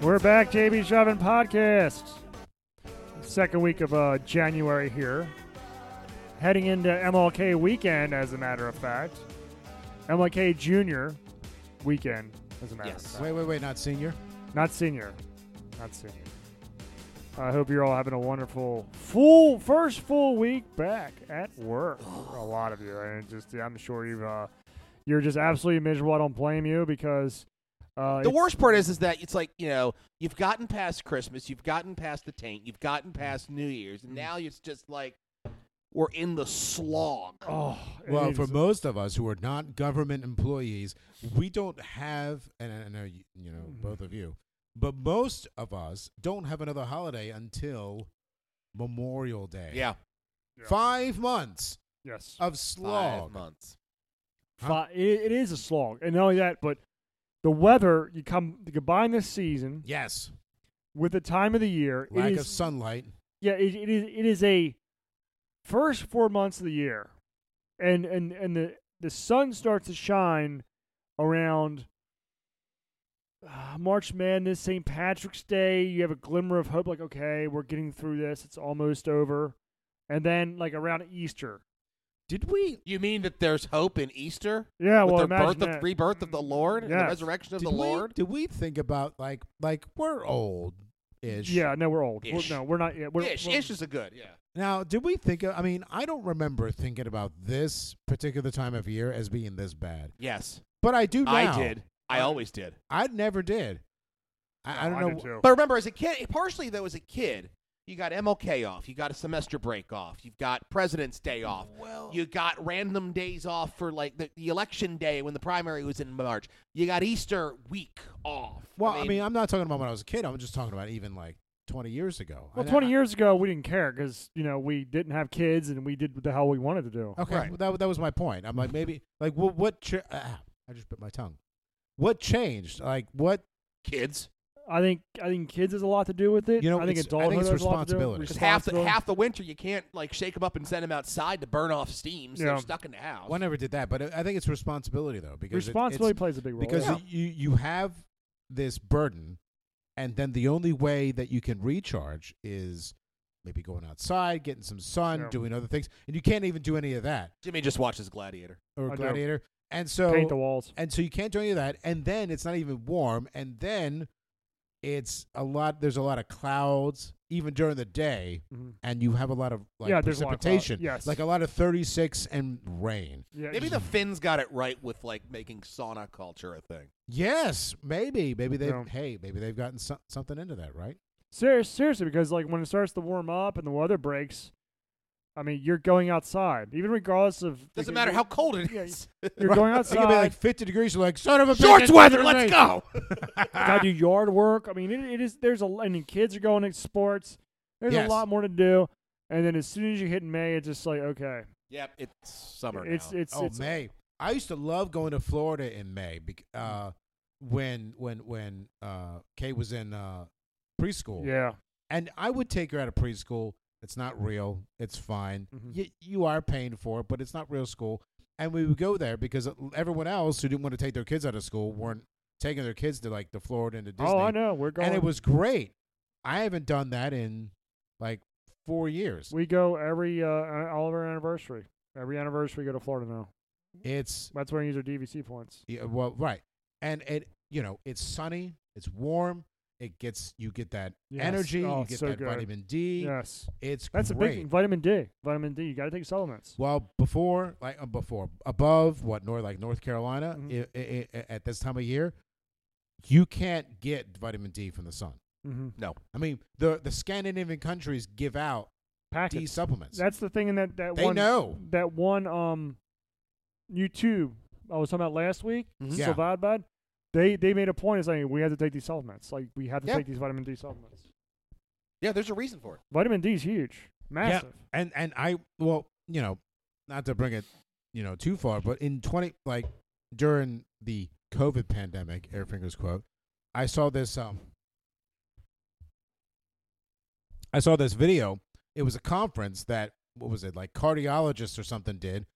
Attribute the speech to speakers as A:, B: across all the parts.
A: We're back, JB Shovin Podcast. Second week of uh, January here. Heading into MLK weekend, as a matter of fact. MLK Junior weekend, as a matter
B: Yes.
A: of fact.
C: Wait, wait, wait, not senior.
A: Not senior. Not senior. I hope you're all having a wonderful full first full week back at work. for a lot of you, and it just I'm sure you've uh, you're just absolutely miserable. I don't blame you because uh,
B: The
A: it's-
B: worst part is, is that it's like you know you've gotten past Christmas, you've gotten past the taint, you've gotten past New Year's, and now it's just like we're in the slog.
A: Oh, it
C: Well,
A: is-
C: for most of us who are not government employees, we don't have, and I know you, you know
A: Mm-hmm.
C: both of you, but most of us don't have another holiday until Memorial Day.
B: Yeah,
A: Yeah.
C: five months
A: yes,
C: of
B: five
C: slog.
B: months.
A: Fi- it- it is a slog, and not only that, but the weather you come you combine this season
C: Yes,
A: with the time of the year. it
C: lack
A: is
C: of sunlight.
A: yeah, it, it is it is a first four months of the year, and and and the the sun starts to shine around uh, March Madness, St. Patrick's Day. You have a glimmer of hope, like okay, we're getting through this. It's almost over, and then like around Easter.
C: Did we?
B: You mean that there's hope in Easter?
A: Yeah,
B: with
A: well,
B: the
A: imagine
B: birth of
A: that.
B: rebirth of the Lord and the
A: Yes.
B: resurrection of
C: did
B: the
C: we,
B: Lord.
C: Did we think about like like we're old? Ish.
A: Yeah, no, we're old. We're,
B: Ish.
A: no, we're not. Yeah, we're,
B: ish,
A: we're-
B: ish is a good. Yeah.
C: Now, did we think? Of, I mean, I don't remember thinking about this particular time of year as being this bad,
B: Yes,
C: but I do now.
B: I did. I always did.
C: I never did. I, I
A: No,
C: don't
A: do
C: know.
A: Oh, too.
B: But remember, as a kid, partially though, as a kid, you got MLK off, you got a semester break off, you've got President's Day off,
C: Well,
B: you got random days off for like the, the election day when the primary was in March, you got Easter week off.
C: well, I mean, I am not talking about when I was a kid. I'm just talking about even like 20 years ago.
A: Well,
C: I-
A: 20
C: I-
A: years ago, we didn't care because, you know, we didn't have kids and we did what the hell we wanted to do.
C: Okay,
B: Right.
C: well, that that was my point. I'm like maybe like what what cha- ah, I just bit my tongue. What changed? Like what?
B: kids,
A: I think I think kids has a lot to do with it.
C: You know,
A: I think
C: it's- I
A: adulthood
C: think it's
A: has a lot to do with it.
C: responsibility.
B: because half the
A: Responsibility.
B: half the winter you can't like shake them up and send them outside to burn off steam, so
A: Yeah.
B: they're stuck in the house.
C: Well, I never did that, but I I think it's responsibility though because it- it's-
A: responsibility plays a big role.
C: because
A: yeah.
C: you you have this burden, and then the only way that you can recharge is maybe going outside, getting some sun,
A: Yeah.
C: doing other things, and you can't even do any of that
B: Jimmy just watches Gladiator.
C: or
A: I do.
C: gladiator. And so
A: paint the walls.
C: and so you can't do any of that and then it's not even warm and then it's a lot there's a lot of clouds even during the day
A: Mhm.
C: and you have a lot of like
A: Yeah, there's a lot of cloud-
C: precipitation
A: yes.
C: like a lot of 36 and rain
A: Yeah,
B: Maybe the Finns got it right with like making sauna culture a thing.
C: yes maybe maybe they've
A: Yeah.
C: hey maybe they've gotten so- something into that right
A: Serious, seriously, because like when it starts to warm up and the weather breaks, I mean, you're going outside, even regardless of
B: Doesn't
A: like,
B: matter
A: you're-
B: how cold it
A: yeah,
B: is.
A: You're going
C: it could be like
A: outside,
C: 50 degrees you're like son of a bitch,
B: Shorts
C: it's
B: weather, let's
C: gonna rain."
B: go.
A: gotta do yard work. I mean, it, it is there's a I mean, kids are going to sports. There's a
C: Yes.
A: lot more to do, and then as soon as you hit May, it's just like okay,
B: yep, it's summer
A: it's
B: now.
A: it's
C: oh
A: it's uh,
C: May. I used to love going to Florida in May. bec- Uh, when when when uh, Kay was in uh, preschool,
A: yeah.
C: and I would take her out of preschool. It's not real. It's fine.
A: Mhm.
C: You you are paying for it, but it's not real school. And we would go there because uh, everyone else who didn't want to take their kids out of school weren't taking their kids to like the Florida and to Disney.
A: Oh, I know. We're going.
C: And it was great. I haven't done that in like four years.
A: We go every uh, all of our anniversary. Every anniversary, we go to Florida now.
C: It's
A: That's where we use our DVC points.
C: Yeah, well, right. And it, you know, it's sunny, it's warm, it gets you get that
A: Yes.
C: energy,
A: Oh,
C: you get
A: so
C: that
A: good.
C: vitamin D.
A: Yes,
C: It's
A: that's a
C: great.
A: big thing. Vitamin D. Vitamin D. You got to take supplements.
C: Well, before like uh, before above what north like North Carolina
A: Mhm.
C: i- i- i- at this time of year, you can't get vitamin D from the sun.
A: Mm-hmm.
C: I mean, the the Scandinavian countries give out D
A: Packets.
C: supplements.
A: That's the thing in that that
C: They
A: one.
C: know.
A: that one um YouTube I was talking about last week.
B: Mhm.
C: Mm-hmm. Yeah.
A: Savad Bad. They they made a point of saying we had to take these supplements. Like we had to
B: Yeah.
A: take these vitamin D supplements.
B: yeah, there's a reason for it.
A: Vitamin D is huge, massive.
C: and and I well, you know, not to bring it, you know, too far, but in twenty like during the COVID pandemic, air fingers quote, I saw this um I saw this video. It was a conference that what was it, like cardiologists or something did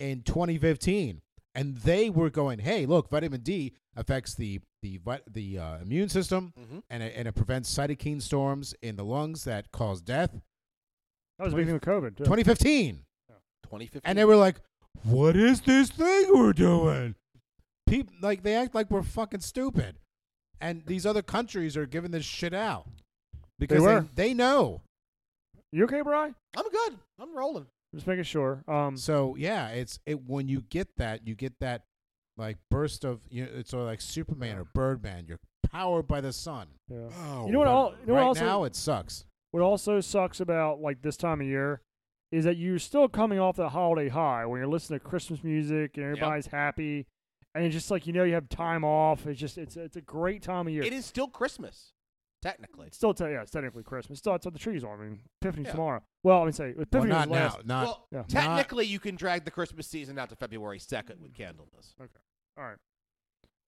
C: in twenty fifteen. And they were going, Hey, look, vitamin D, affects the the vi- the uh, immune system,
B: Mhm.
C: and it, and it prevents cytokine storms in the lungs that cause death.
A: That was a big thing with COVID. Too.
C: 2015,
B: 2015.
C: and they were like, "What is this thing we're doing?" People like they act like we're fucking stupid, and these other countries are giving this shit out because
A: were.
C: they, they know.
A: You okay, Bry?
B: I'm good. I'm rolling.
A: Just making sure. Um,
C: So yeah, it's it when you get that, you get that like burst of you know, it's sort of like Superman or Birdman. You're powered by the sun.
A: yeah.
B: Oh,
A: You know what? All, you know what
C: right
A: also,
C: now it sucks.
A: what also sucks about like this time of year is that you're still coming off that holiday high when you're listening to Christmas music and everybody's happy, and it's just like you know you have time off. It's just it's it's a great time of year.
B: It is still Christmas, technically.
A: It's still te- yeah, it's technically Christmas. Still, it's what the trees are. I mean, Epiphany
B: Yeah.
A: tomorrow. Well, I mean, say Epiphany
C: Well,
A: was
C: not
A: last.
C: now. Not
B: well,
A: yeah.
B: technically, you can drag the Christmas season out to February 2nd with Candlemas.
A: All right.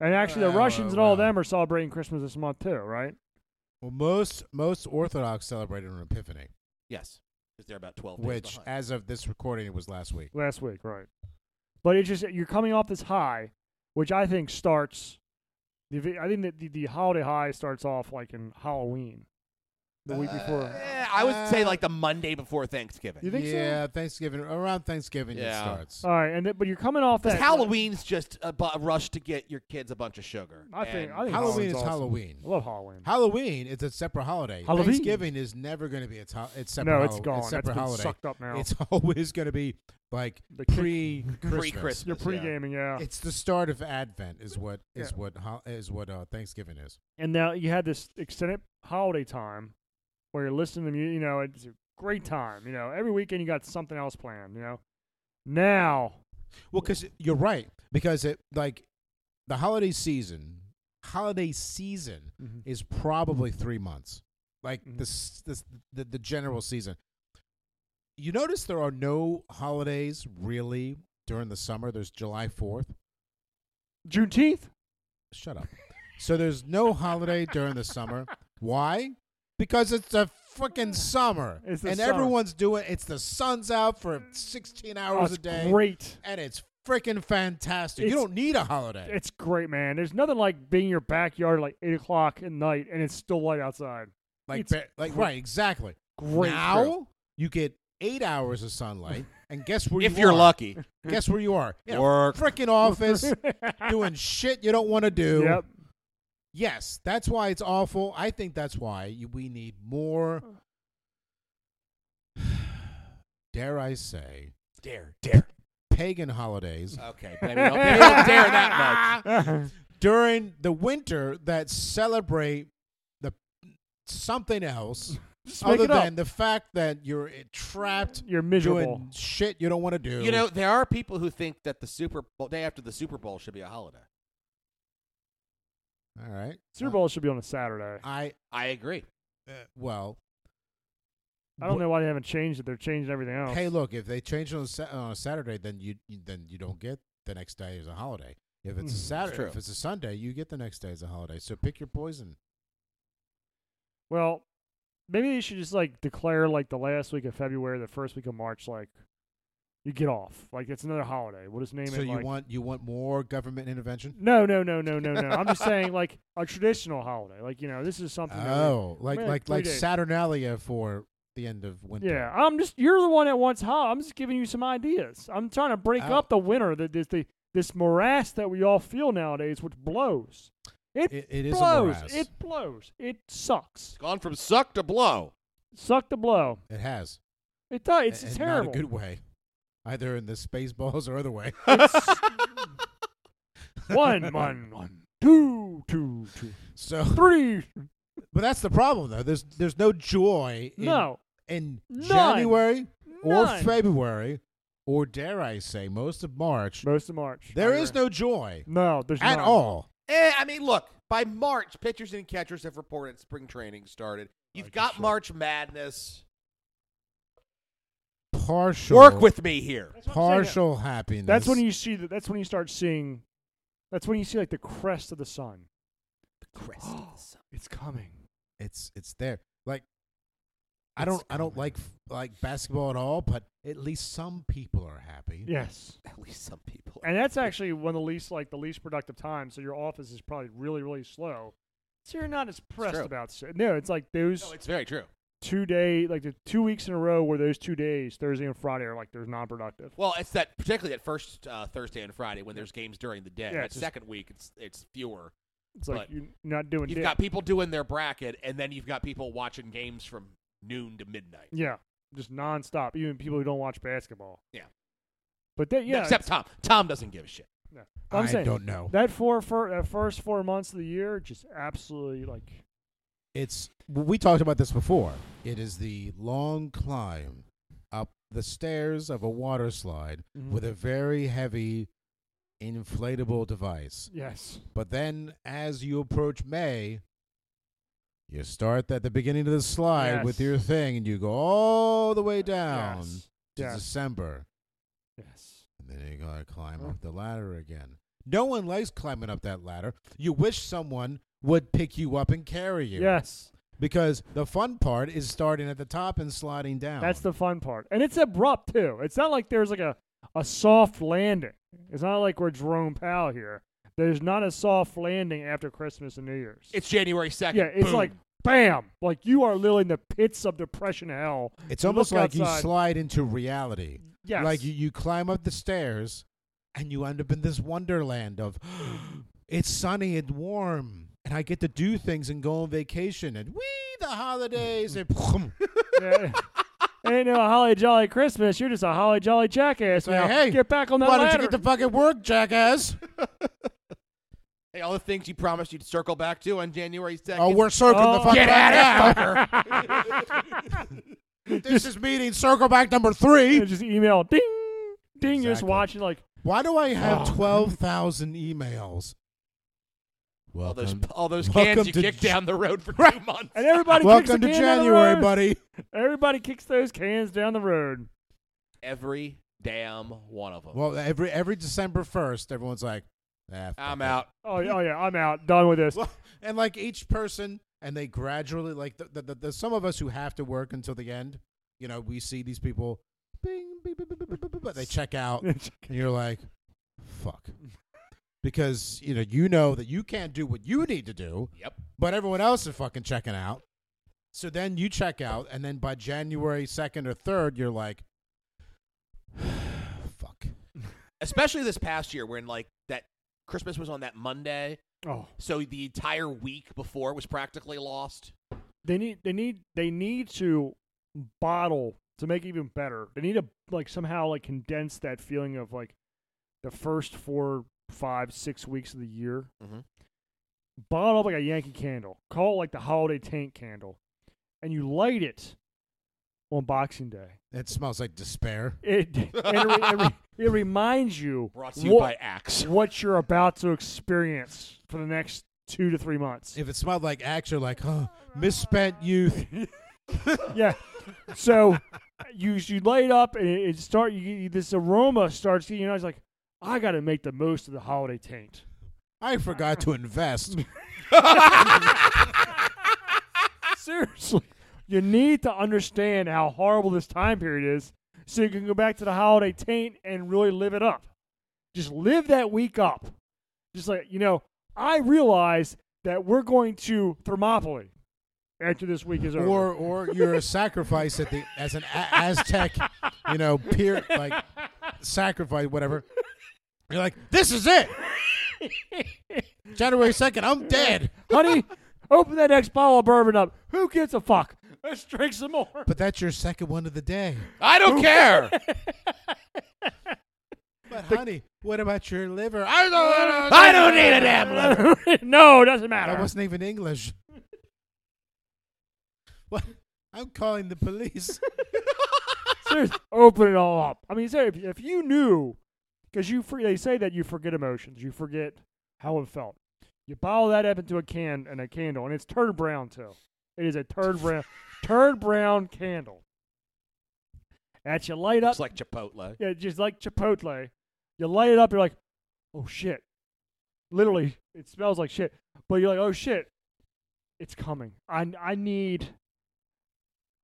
A: And actually, the
C: Well,
A: Russians
C: well,
A: and all of
C: well.
A: them are celebrating Christmas this month too, right?
C: well, most most Orthodox celebrated an Epiphany,
B: Yes, because they're about 12 days
C: which
B: behind.
C: as of this recording, it was last week.
A: Last week, right? But it's just you're coming off this high, which I think starts. The vi- I think that the, the holiday high starts off like in Halloween, the week before.
B: Eh, I would say
C: Uh,
B: like the Monday before Thanksgiving.
A: You think so?
C: yeah, Thanksgiving around Thanksgiving
B: Yeah.
C: it starts.
A: All right, and then, but you're coming off that
B: Because Halloween's just a, bu- a rush to get your kids a bunch of sugar.
A: I think-
B: And
A: I think-
C: Halloween
A: Halloween's
C: is
A: awesome.
C: Halloween.
A: I love Halloween.
C: Halloween is a separate holiday.
A: Halloween.
C: Thanksgiving is never going to be a to- it's separate.
A: no, it's
C: hol-
A: gone.
C: It's separate
A: That's been
C: holiday.
A: sucked up now.
C: It's always going to be like
A: The kick-
C: pre Christmas.
B: Pre-Christmas.
A: you're
B: yeah.
A: pre-gaming, yeah.
C: It's the start of Advent is what is
A: Yeah.
C: what ho- is what uh, Thanksgiving is.
A: and now you had this extended holiday time where you're listening to music. You know, it's a great time. You know, every weekend you got something else planned. You know, now
C: Well, because you're right. Because it like the holiday season, holiday season
A: Mm-hmm.
C: is probably three months. Like
A: Mhm.
C: this, this the, the general season. You notice there are no holidays really during the summer. There's July Fourth.
A: Juneteenth.
C: Shut up. so there's no holiday during the summer. Why? Because it's the freaking summer,
A: It's the
C: and
A: summer.
C: everyone's doing. It's the sun's out for 16
A: Oh,
C: hours
A: it's
C: a day,
A: great.
C: and it's freaking fantastic. you
A: It's-
C: don't need a holiday.
A: It's great, man. There's nothing like being in your backyard at like eight o'clock at night and it's still light outside.
C: like,
A: it's
C: ba- like
A: great.
C: right, exactly.
A: Great.
C: now
A: trip.
C: you get eight hours of sunlight, and guess where?
B: if
C: you
B: you're
C: are.
B: lucky,
C: guess where you are? In a
B: Work.
C: freaking office, doing shit you don't want to do.
A: Yep.
C: Yes, that's why it's awful. I think that's why you, we need more. Dare I say,
B: dare, dare.
C: pagan holidays
B: Okay, maybe don't, maybe don't dare that much.
C: during the winter that celebrate the something else
A: Just make
C: other
A: it up.
C: than the fact that you're eh, trapped
A: You're miserable.
C: doing shit you don't want to do.
B: You know, there are people who think that the Super Bowl day after the Super Bowl should be a holiday.
C: all right.
A: Super Bowl should be on a Saturday.
C: I
B: I agree.
C: uh, well,
A: I don't know why they haven't changed it. They're changing everything else.
C: Hey, look, if they change it on, Sa- on a Saturday, then you you- then you don't get the next day as a holiday. If it's a
A: Mhm.
C: Saturday,
B: True.
C: if it's a Sunday, you get the next day as a holiday. So pick your poison.
A: Well, maybe they should just like declare like the last week of February, the first week of March, like you get off. Like it's another holiday. We'll just name
C: so
A: it.
C: you
A: like,
C: want you want more government intervention?
A: No, no, no, no, no, no. I'm just saying like a traditional holiday. Like you know, this is something. that we-
C: Oh, like
A: Man,
C: like
A: three
C: like
A: days.
C: Saturnalia for the end of winter.
A: Yeah, I'm just you're the one that wants holiday. I'm just giving you some ideas. I'm trying to break
C: Oh.
A: up the winter, the, this the this morass that we all feel nowadays, which blows. It,
C: It- it is a
A: blows.
C: morass.
A: it blows. It sucks.
B: It's gone from suck to blow.
A: Suck the blow.
C: it has.
A: It does. It's
C: A- and
A: terrible.
C: Not a good way, either in the space balls or other way.
A: one, one, one, two, two, two,
C: So,
A: three.
C: but that's the problem though. There's there's no joy. In,
A: No,
C: in
A: None.
C: January or
A: None.
C: February or dare I say most of March.
A: most of March.
C: There
A: I
C: is
A: agree.
C: no joy
A: No, there's
C: at
A: none.
C: all.
B: Eh, I mean, look, by March, pitchers and catchers have reported spring training started. You've
C: Like a
B: got
C: shot.
B: March Madness.
C: Partial.
B: Work with me here.
A: That's what I'm saying.
C: partial happiness.
A: That's when you see that. That's when you start seeing. That's when you see like the crest of the sun.
B: The crest
A: it's coming.
C: It's it's there. Like I don't. I don't
B: coming.
C: like like basketball at all. But at least some people are happy.
A: Yes.
B: At least some people.
A: And that's actually one of the least like the least productive times. So your office is probably really really slow. So you're not as pressed
B: true.
A: about shit. No, it's like those
B: no, it's very true.
A: two day like the two weeks in a row where those two days Thursday and Friday are like they're non productive.
B: Well, it's that particularly that first uh, Thursday and Friday when there's games during the day.
A: Yeah,
B: that
A: it's just-
B: second week, it's it's fewer.
A: It's like
B: but
A: you're not doing.
B: You've
A: dick.
B: got people doing their bracket, and then you've got people watching games from noon to midnight.
A: yeah, just nonstop. Even people who don't watch basketball.
B: Yeah.
A: But that yeah,
B: Except Tom. Tom doesn't give a shit.
A: no. But I'm
C: i
A: saying
C: don't know.
A: that four fir- that first four months of the year just absolutely like
C: It's we talked about this before. It is the long climb up the stairs of a water slide
A: Mhm.
C: with a very heavy inflatable device.
A: yes.
C: But then as you approach May, you start at the beginning of the slide with
A: Yes.
C: your thing and you go all the way down
A: Yes.
C: to
A: Yes.
C: December.
A: Yes.
C: And then you gotta climb
A: Huh?
C: up the ladder again. No one likes climbing up that ladder. You wish someone would pick you up and carry you.
A: Yes.
C: Because the fun part is starting at the top and sliding down.
A: That's the fun part. And it's abrupt too. It's not like there's like a, a soft landing. It's not like we're Jerome Powell here. There's not a soft landing after Christmas and New Year's.
B: It's January second.
A: yeah, it's like bam. Like you are literally in the pits of depression hell.
C: it's
A: You
C: almost
A: look
C: like
A: outside.
C: you slide into reality.
A: Yes.
C: Like you, you climb up the stairs and you end up in this wonderland of it's sunny and warm and I get to do things and go on vacation and we the holidays and
A: Yeah. Ain't no holly jolly Christmas. You're just a holly jolly jackass
C: Say,
A: now.
C: hey,
A: get back on that
C: why don't
A: ladder.
C: you get to fucking work, jackass?
B: hey, all the things you promised you'd circle back to on January second.
C: Oh, we're circling the
A: Oh.
C: fuck
A: Get
C: back now.
A: fucker.
C: This is meeting circle back number three.
A: just email ding ding. You're just
C: Exactly.
A: watching like
C: Why do I have
A: Oh.
C: twelve thousand emails?
B: all those
C: Welcome,
B: all those
C: Welcome
B: cans you
C: to
B: kicked
C: J-
B: down the road for two months.
A: and everybody kicks
C: welcome
A: the
C: to
A: can down the
C: January,
A: road.
C: buddy.
A: Everybody kicks those cans down the road.
B: Every damn one of them.
C: Well, every every December first, everyone's like, ah,
B: I'm
C: fuck it.
B: out.
A: Oh, yeah, oh yeah, I'm out. Done with this.
C: Well, and like each person, and they gradually like the, the, the, the some of us who have to work until the end. You know, we see these people, bing, bing, bing, bing, bing, bing, bing, bing, but they check out, and you're like, fuck, because you know you know that you can't do what you need to do,
B: Yep.
C: but everyone else is fucking checking out. So then you check out, and then by January second or third, you're like, fuck.
B: Especially this past year when like that Christmas was on that Monday,
A: oh,
B: so the entire week before was practically lost.
A: they need they need they need to bottle to make it even better. They need to like somehow like condense that feeling of like the first four, five, six weeks of the year.
B: Mhm.
A: Bottle up like a Yankee candle. Call it like the holiday tank candle, and you light it on Boxing Day.
C: It smells like despair.
A: It and it, re- it, re- it reminds you
B: Brought to you
A: what-
B: by Axe.
A: what you're about to experience for the next two to three months.
C: If it smelled like axe, you're like, huh, misspent youth.
A: yeah. So you you light up and it, it start you, you- this aroma starts getting. You know, I was like, I got to make the most of the holiday taint.
C: I forgot to invest.
A: Seriously, you need to understand how horrible this time period is, so you can go back to the holiday taint and really live it up. Just live that week up. Just like you know, I realize that we're going to Thermopylae after this week is over.
C: Or, or you're a sacrifice at the as an a- Aztec, you know, peer like sacrifice, whatever. You're like, this is it. January second, I'm dead.
A: honey, open that next bottle of bourbon up. Who gives a fuck? Let's drink some more.
C: But that's your second one of the day.
B: I don't care.
C: But honey, what about your liver? I don't. I don't-
B: I don't need a damn liver.
A: no, it doesn't matter.
C: That wasn't even English. What? I'm calling the police.
A: Seriously, open it all up. I mean, seriously, if, if you knew, because you for, they say that you forget emotions, you forget how it felt. You bottle that up into a can and a candle, and it's turd brown too. It is a turd brown, turd brown candle. That you light up
B: It's like Chipotle.
A: Yeah, just like Chipotle. You light it up, you're like, oh shit. Literally, it smells like shit. But you're like, oh shit, it's coming. I, I need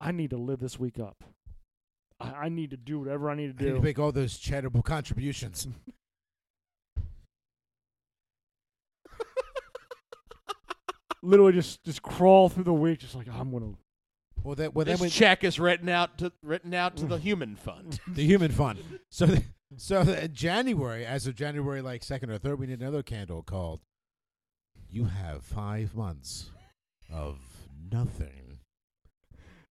A: I need to live this week up. I, I need to do whatever I need
C: I
A: to
C: need
A: do.
C: to make all those charitable contributions.
A: Literally just just crawl through the week, just like I'm gonna.
C: Well, that well, then
B: this
C: we, Mm.
B: check is written out to written out to the human fund.
C: the human fund. So, th- so th- January, as of January like second or third, we need another candle called. You have five months of nothing.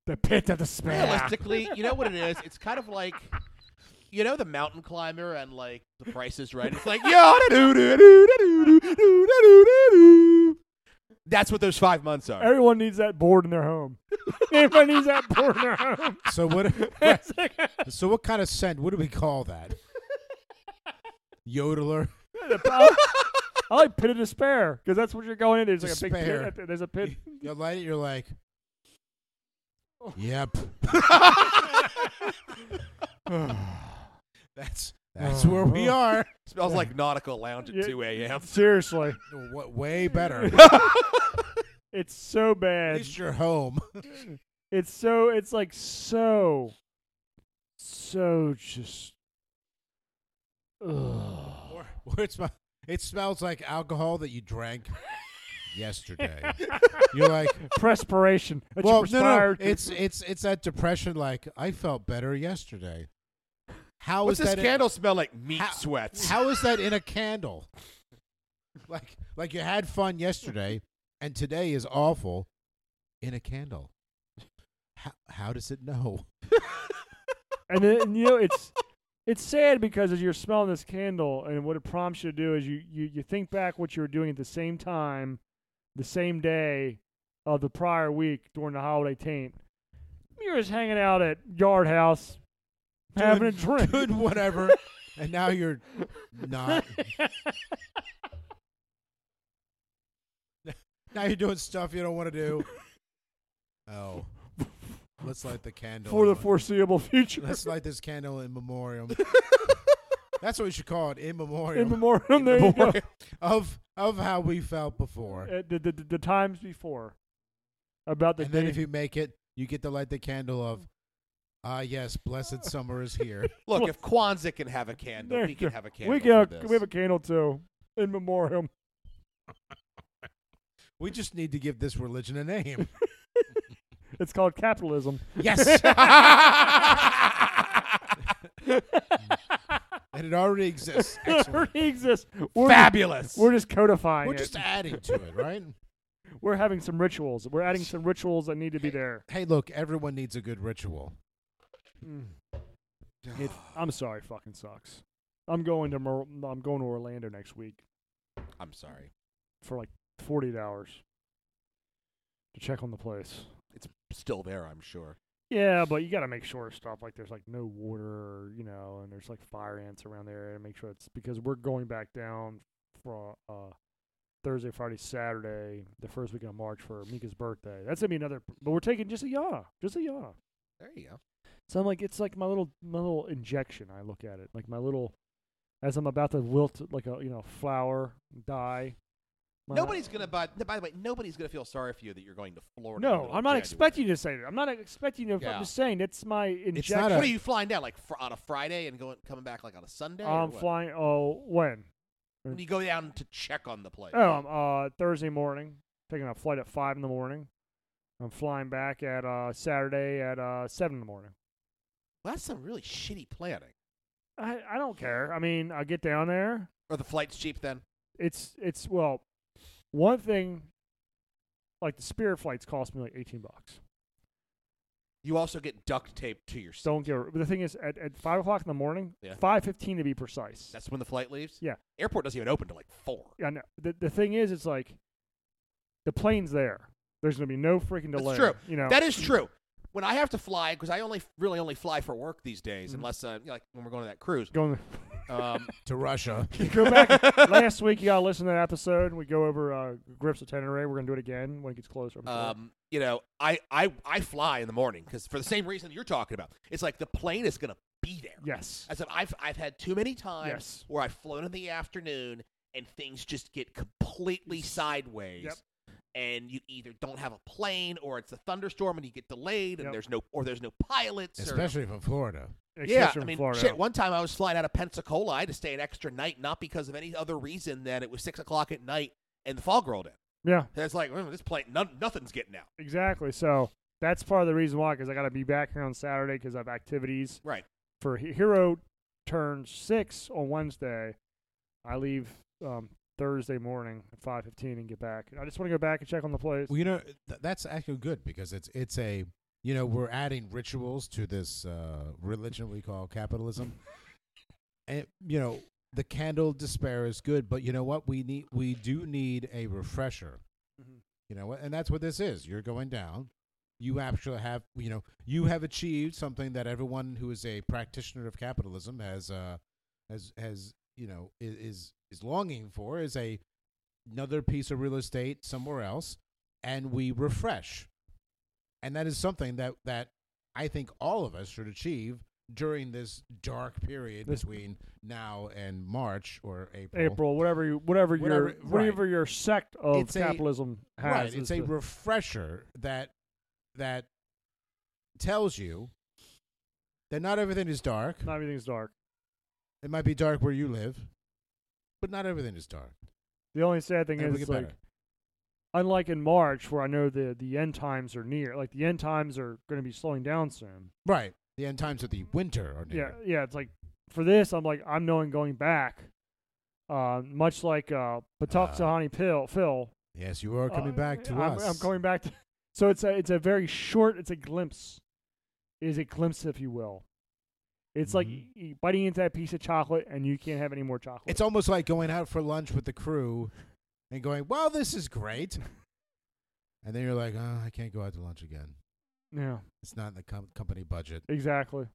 A: The pit of despair.
B: Realistically, you know what it is. It's kind of like. You know the mountain climber and like the price is right. It's like yeah, that's what those five months are.
A: Everyone needs that board in their home. Everyone needs that board in their home.
C: So what?
A: It's like,
C: so what kind of scent? What do we call that? Yodeler.
A: I like pit of despair because that's what you're going into. It's like a big pit.
C: Despair.
A: at the- There's a pit.
C: You light it. You're like. Yep. That's that's where we are.
B: Smells like nautical lounge at
A: Yeah.
B: two a.m.
A: Seriously,
C: What way better?
A: it's so
C: At
A: bad.
C: least you're home.
A: It's so. It's like so. So just. Ugh.
C: Or, or it, sm- it smells like alcohol that you drank yesterday. You're like,
A: Perspiration. That you
C: well, no, no,
A: perspired.
C: it's it's it's that depression. Like I felt better yesterday. How
B: What's
C: is
B: this
C: that?
B: candle smell like? Meat
C: in, how,
B: sweats.
C: How is that in a candle? Like like you had fun yesterday, and today is awful. In a candle. How how does it know?
A: and then and, you know it's it's sad because as you're smelling this candle and what it prompts you to do is you you, you think back what you were doing at the same time the same day of the prior week during the holiday taint you're just hanging out at yard house having a drink
C: Doing whatever, and now you're not. now you're doing stuff you don't want to do. Oh, let's light the candle
A: for the
C: in-
A: foreseeable future
C: Let's light this candle in memoriam. That's what we should call it, in
A: in
C: memoriam
A: memoriam there you
C: of of how we felt before.
A: go At the, the, the, the times before about the
C: and then
A: day-
C: if you make it, you get to light the candle of. Ah yes, blessed summer is here.
B: Look, if Kwanzaa can have a candle,
A: There
B: we
A: you
B: can
A: go.
B: have a candle.
A: we can
B: for this.
A: we have a candle too in memoriam
C: We just need to give this religion a name.
A: it's called capitalism
C: Yes. and it already exists.
A: It
C: Excellent.
A: already exists. We're
B: fabulous.
A: Just, we're just codifying
C: We're
A: it.
C: just adding to it, right?
A: we're having some rituals. We're adding some rituals that need to be there.
C: Hey, look, everyone needs a good ritual.
A: Mm. It, I'm sorry, fucking sucks. I'm going to Mer- I'm going to Orlando next week
B: I'm sorry.
A: for like 48 hours to check on the place.
B: It's still there, I'm sure.
A: Yeah, but you got to make sure stuff like there's like no water, you know, and there's like fire ants around there, and make sure it's because we're going back down for uh, Thursday, Friday, Saturday, the first week of March for Mika's birthday. That's gonna be another, but we're taking just a yana, just a yana.
B: There you go.
A: So I'm like, it's like my little my little injection. I look at it like my little, as I'm about to wilt like a you know flower die. my-
B: Nobody's gonna buy. no, By the way, nobody's gonna feel sorry for you that you're going to Florida. in the
A: No,
B: middle
A: I'm
B: of
A: not
B: January.
A: expecting you to say that. I'm not expecting you. to
B: Yeah.
A: I'm just saying it's my injection.
C: not
B: What are
C: a-
B: you flying down like fr- on a Friday and going coming back like on a Sunday? or
A: I'm
B: what?
A: flying. Oh, when?
B: When you go down to check on the place.
A: Oh, I'm uh, Thursday morning. Taking a flight at five in the morning. I'm flying back at uh, Saturday at uh, seven in the morning.
B: Well, that's some really shitty planning.
A: I, I don't care. I mean, I get down there.
B: Are the flights cheap then?
A: It's it's well, one thing. Like the Spirit flights cost me like eighteen bucks.
B: You also get duct taped to your. seat.
A: Don't give. But the thing is, at, at five o'clock in the morning,
B: Yeah.
A: five fifteen to be precise.
B: That's when the flight leaves.
A: Yeah.
B: Airport doesn't even open till like four.
A: yeah, no, the the thing is, it's like the plane's there. There's gonna be no freaking
B: That's
A: delay.
B: true.
A: You know,
B: That is true. When I have to fly, because I only really only fly for work these days,
A: Mhm.
B: unless uh, like when we're going to that cruise.
A: going.
B: Um,
C: To Russia.
A: go back last week. You gotta listen to that episode. We go over uh, grips of Tenere. We're gonna do it again when it gets closer. I'm sure.
B: um, you know, I, I I fly in the morning because for the same reason you're talking about, it's like the plane is going to be there.
A: yes.
B: I said I've I've had too many times
A: Yes.
B: where I've flown in the afternoon and things just get completely sideways.
A: Yep.
B: and you either don't have a plane or it's a thunderstorm and you get delayed and
A: Yep.
B: there's no or there's no pilots or
C: especially from Florida.
B: yeah,
A: Except
B: I
A: from
B: mean,
A: Florida.
B: shit. One time I was flying out of Pensacola. I had to stay an extra night, not because of any other reason than it was six o'clock at night and the fog rolled in.
A: yeah,
B: And it's like "Mm, this plane, none, nothing's getting out.
A: exactly. So that's part of the reason why, because I got to be back here on Saturday because I have activities.
B: Right.
A: For He- Hero turns six on Wednesday. I leave um, Thursday morning at five fifteen and get back. I just want to go back and check on the place.
C: Well, you know th- that's actually good because it's it's a you know we're adding rituals to this uh, religion we call capitalism, and you know the candle despair is good, but you know what we need we do need a refresher.
A: Mhm.
C: You know what, and that's what this is. You're going down. You actually have you know you have achieved something that everyone who is a practitioner of capitalism has uh has has you know i- is is longing for is a another piece of real estate somewhere else and we refresh. And that is something that that I think all of us should achieve during this dark period
A: This-
C: between now and March or April.
A: April, whatever you, whatever, your
C: Whatever- right.
A: whatever your sect of
C: It's a-
A: capitalism has. uh,
C: Right, it's
A: is
C: a
A: the-
C: refresher that that tells you that not everything is dark.
A: not everything's dark.
C: It might be dark where you live, but not everything is dark.
A: The only sad thing
C: And we
A: is
C: get
A: it's like
C: better.
A: unlike in March where I know the the end times are near. Like the end times are going to be slowing down soon.
C: Right. The end times of the winter are
A: Yeah,
C: near.
A: yeah. It's like for this, I'm like I'm knowing going back. Uh, much like uh, Patak
C: Ah.
A: Sahani Pill, Phil.
C: Yes, you are coming
A: uh,
C: back to
A: I'm,
C: us.
A: I'm going back to. So it's a it's a very short. It's a glimpse. It is a glimpse, if you will. It's like
C: Mhm.
A: y- y- biting into that piece of chocolate, and you can't have any more chocolate.
C: It's almost like going out for lunch with the crew and going, "Well, this is great," and then you're like, oh, "I can't go out to lunch again.
A: yeah,
C: It's not in the com- company budget."
A: exactly.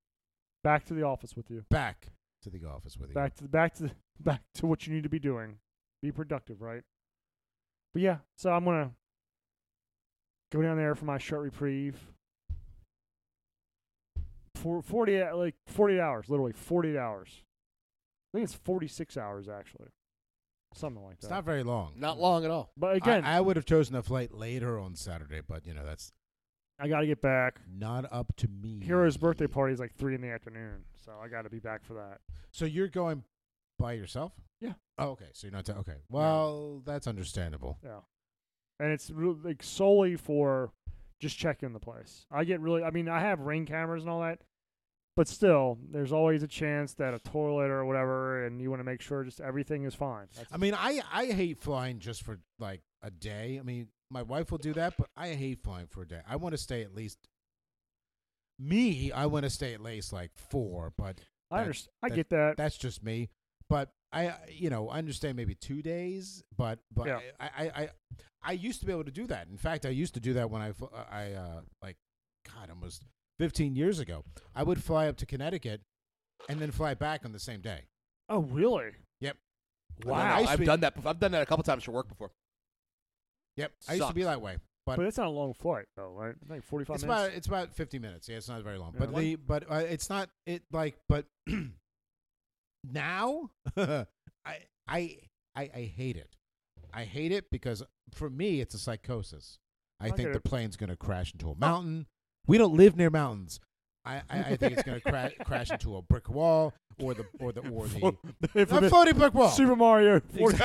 A: Back to the office with you.
C: Back to the office with you.
A: back to the back to the, back to what you need to be doing. Be productive, right? But yeah, so I'm gonna go down there for my short reprieve. For 40 hou- uh, like 48 hours, literally 48 hours. I think it's 46 hours actually. Something like that.
C: It's not very long.
B: Not long at all.
A: but
C: I-
A: again, I,
C: I, would have chosen a flight later on Saturday, but you know that's
A: got to get back.
C: not up to me.
A: Hero's birthday party is like 3 in the afternoon, so I got to be back for that.
C: So you're going by yourself?
A: Yeah.
C: Oh, okay. So you're not. Ta- okay. Well, that's understandable.
A: Yeah. And it's real- like solely for just checking the place. I get really, I mean, I have ring cameras and all that, but still, there's always a chance that a toilet or whatever, and you want to make sure just everything is fine. That's,
C: I mean, I I hate flying just for like a day. I mean, my wife will do that, but I hate flying for a day. I want to stay at least. Me, I want to stay at least like four, but
A: I
C: that-
A: understand. I
C: that-
A: get that.
C: that's just me. But I, you know, I understand maybe two days, but but
A: Yeah.
C: I, I I I used to be able to do that. In fact, I used to do that when I fl- I uh, like God almost fifteen years ago. I would fly up to Connecticut and then fly back on the same day.
A: oh, really?
C: Wow.
B: I
C: I used to
B: have
C: be-
B: done that. before. I've done that a couple times for work before.
C: Yep, I used to be
B: Sucks.
C: that way. But
A: But it's not a long flight, though, right? I think 45
C: it's
A: minutes.
C: about it's about 50 minutes yeah it's not very long
A: Yeah.
C: but
A: One-
C: the but uh, it's not it like but now I, I i i hate it i hate it because for me it's a psychosis
A: I
C: i, think
A: get
C: the
A: it.
C: plane's going to crash
A: Oh.
C: into a mountain we don't live near mountains i i, I think it's going to cra- crash into a brick wall or the or the or the a
A: Infamous
C: floating brick wall
A: Super Mario. 40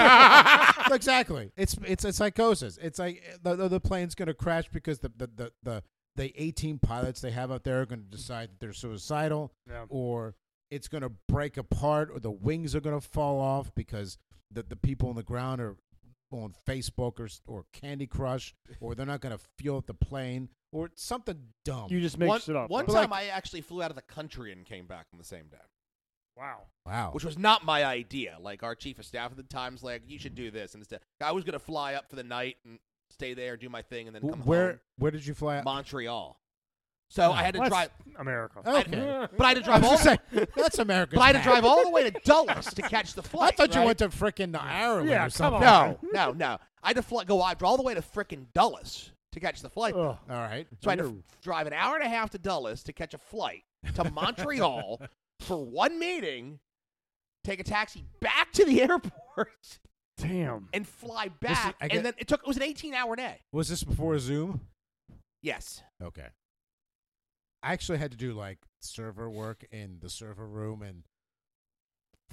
C: exactly. It's it's a psychosis. It's like the, the, the plane's going to crash because the the, the, the the 18 pilots they have out there are going to decide that they're suicidal
A: Yeah.
C: or it's going to break apart or the wings are going to fall off because the, the people on the ground are on Facebook or, s- or Candy Crush or they're not going to fuel up the plane or something dumb.
A: You just mix
B: one
A: it up.
B: one
A: right?
B: time, I actually flew out of the country and came back on the same day.
A: wow.
C: wow.
B: which was not my idea. Like our chief of staff at the time's like, you should do this, and instead, I was gonna fly up for the night and stay there, do my thing, and then
C: Wh-
B: come
C: where where did you fly
B: home,
C: out?
B: Montreal. So I had to
A: Well,
B: drive,
A: that's America.
C: Okay.
B: but I had to
C: I
B: drive all,
C: was gonna say, that's American.
B: but I had to drive all the way to Dulles to catch the
C: I
B: flight.
C: thought you
B: right?
C: went to freaking Ireland
A: Yeah, come
C: or something.
A: on.
B: No, no, no. I had to fly, go I drove all the way to frickin' Dulles to catch the flight.
A: Ugh.
C: All right.
B: so I had to
A: weird.
B: f- drive an hour and a half to Dulles to catch a flight to Montreal for one meeting, take a taxi back to the airport,
A: Damn.
B: and fly
C: is-
B: back.
C: I get-
B: and then it took it was an 18 hour day.
C: Was this before Zoom?
B: Yes.
C: Okay. I actually had to do like server work in the server room and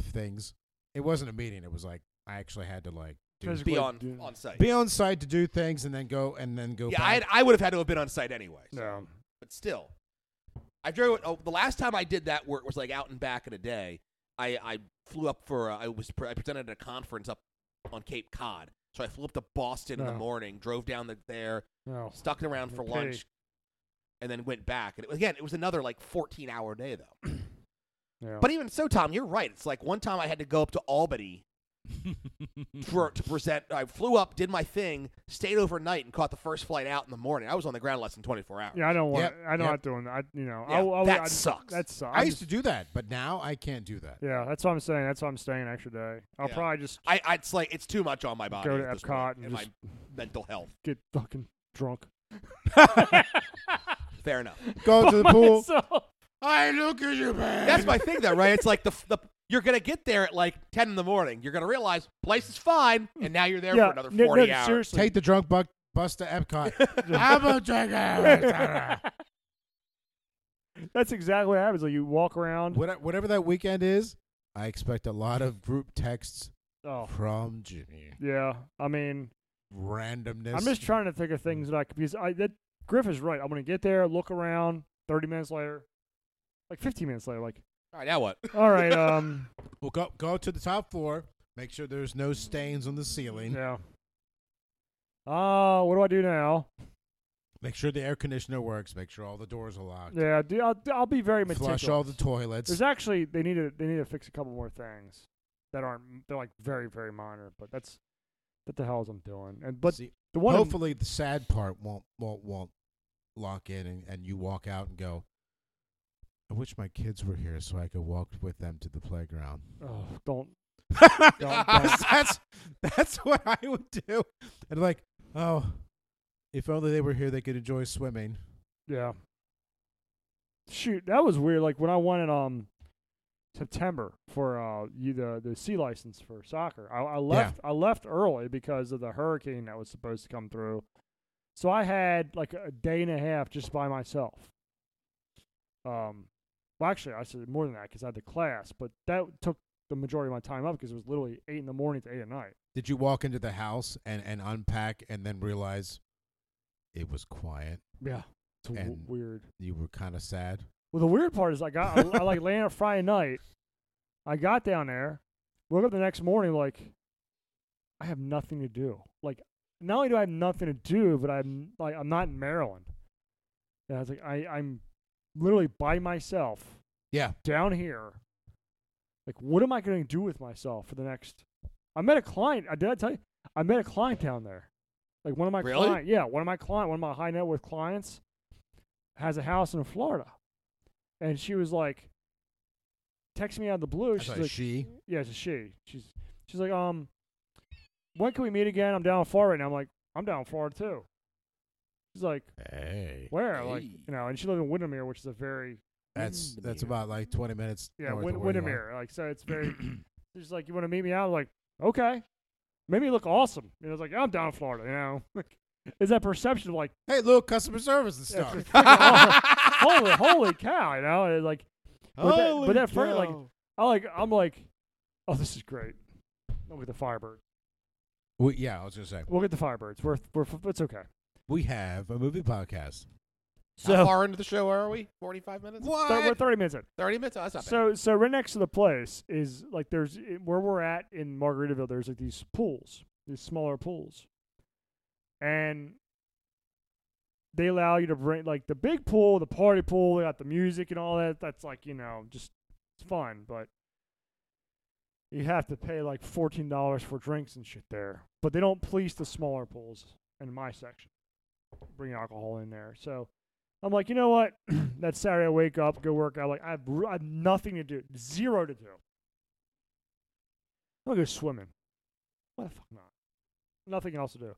C: things. It wasn't a meeting. It was like I actually had to like do,
A: Physical-
B: Be
A: Like,
B: on
A: dude.
B: on site.
C: be on site to do things and then go and then go.
B: yeah,
C: back.
B: I, had, I would have had to have been on site anyway. so-
A: No.
B: But still, I drove. Oh, the last time I did that work was like out and back in a day. I I flew up for uh, I was pre- I presented at a conference up on Cape Cod. So I flew up to Boston in
A: No.
B: the morning, drove down the, there,
A: No.
B: stuck it around for
A: Okay.
B: lunch, and then went back. And it, again, it was another like 14 hour day though.
A: No.
B: But even so, Tom, you're right. It's like one time I had to go up to Albany for, to present. I flew up, did my thing, stayed overnight, and caught the first flight out in the morning. I was on the ground less than 24 hours.
A: yeah, I don't want.
C: Yep,
A: I don't
C: yep.
A: want doing that. I, you know,
B: Yeah,
A: I, I,
B: that
A: I,
B: sucks.
A: That sucks.
C: I used to do that, but now I can't do that.
A: Yeah, that's what I'm saying. That's why I'm staying an extra day. I'll
B: Yeah.
A: probably just
B: I, I, it's like it's too much on my body.
A: go to
B: at this
A: Epcot
B: point
A: and
B: and
A: just
B: my mental health.
A: get fucking drunk.
B: Fair enough.
C: Go to the pool.
A: Myself.
C: I look at you, man.
B: That's my thing, though, right? It's like the the you're gonna get there at like 10 in the morning. You're gonna realize place is fine, and now you're there
A: yeah,
B: for another
A: no,
B: 40
A: no,
B: hours.
A: Seriously,
C: Take the drunk buck bus to Epcot. I'm a drinker.
A: that's exactly what happens. Like you walk around.
C: What- Whatever that weekend is, I expect a lot of group texts
A: Oh,
C: from Jimmy.
A: yeah. I mean,
C: Randomness.
A: I'm just trying to think of things that I could because I that Griff is right. I'm gonna get there, look around. Thirty minutes later, like 15 minutes later, like
B: All right, now what?
A: all right, um,
C: Well, go go to the top floor. Make sure there's no stains on the ceiling.
A: yeah. Ah, what do I do now?
C: Make sure the air conditioner works. Make sure all the doors are locked.
A: Yeah, do- I'll, I'll be very meticulous.
C: Flush all the toilets.
A: There's actually they need to they need to fix a couple more things that aren't they're like very very minor, but that's what the hell is I'm doing. And but
C: See,
A: the one in-
C: hopefully the sad part won't won't won't lock in, and, and you walk out and go. I wish my kids were here so I could walk with them to the playground.
A: oh, don't don't.
C: that's that's what I would do. And like, oh, if only they were here, they could enjoy swimming.
A: yeah. Shoot, that was weird. Like when I wanted um September for uh you the the C license for soccer, I, I left I left early because of the hurricane that was supposed to come through. So I had like a day and a half just by myself. Um, well, actually, I said more than that because I had the class, but that took the majority of my time up because it was literally eight in the morning to eight at night.
C: Did you walk into the house and, and unpack and then realize it was quiet?
A: Yeah, it's w-
C: And-
A: weird.
C: You were kind of sad.
A: Well, the weird part is I got I, I like landed Friday night. I got down there, woke up the next morning like I have nothing to do. Like not only do I have nothing to do, but I'm like I'm not in Maryland. And I was like I I'm literally by myself
C: Yeah.
A: down here. Like what am I going to do with myself for the next? I met a client. I did I tell you I met a client down there. Like one of my
B: Really?
A: client, yeah, one of my client, one of my high net worth clients has a house in Florida, and she was like, text me out of the blue.
C: That's
A: She's
C: like,
A: like,
C: she.
A: yeah, it's a she. She's she's like, um, when can we meet again? I'm down in Florida, and I'm like, I'm down in Florida too. She's like,
C: Hey.
A: where? Like,
B: Hey.
A: you know, and she lived in Windermere, which is a very
C: That's that's
B: Windermere.
C: about like twenty minutes.
A: yeah,
C: north of
A: Win-
C: where you are.
A: Windermere. Like, so it's very. she's like, you want to meet me out? I'm like, okay. Made me look awesome. You know, it's like I'm down in Florida. You know, like, is that perception of like
C: Hey, look, customer service and
A: yeah,
C: stuff.
A: freaking awesome. holy holy cow? You know, and, like But that- but
C: Holy
A: that friend, like-
C: cow.
A: I like I'm like, oh, this is great. Look at the Firebird.
C: we, yeah, I was gonna say
A: We'll get the Firebirds. We're we're it's okay.
C: we have a movie podcast.
B: How far into the show are we? 45 minutes?
C: What?
A: Thir- we're thirty minutes in.
B: 30 minutes? Oh, that's not
A: So so right next to the place is like there's where we're at in Margaritaville. There's like these pools, these smaller pools, and they allow you to bring like the big pool, the party pool. They got the music and all that. That's like you know just it's fun, but you have to pay like fourteen dollars for drinks and shit there. But they don't police the smaller pools in my section. Bring alcohol in there, so. I'm like, you know what? that Saturday I wake up, go work out. Like I have, r- I have nothing to do, zero to do. I'm gonna go swimming. Why the fuck not? Nothing else to do.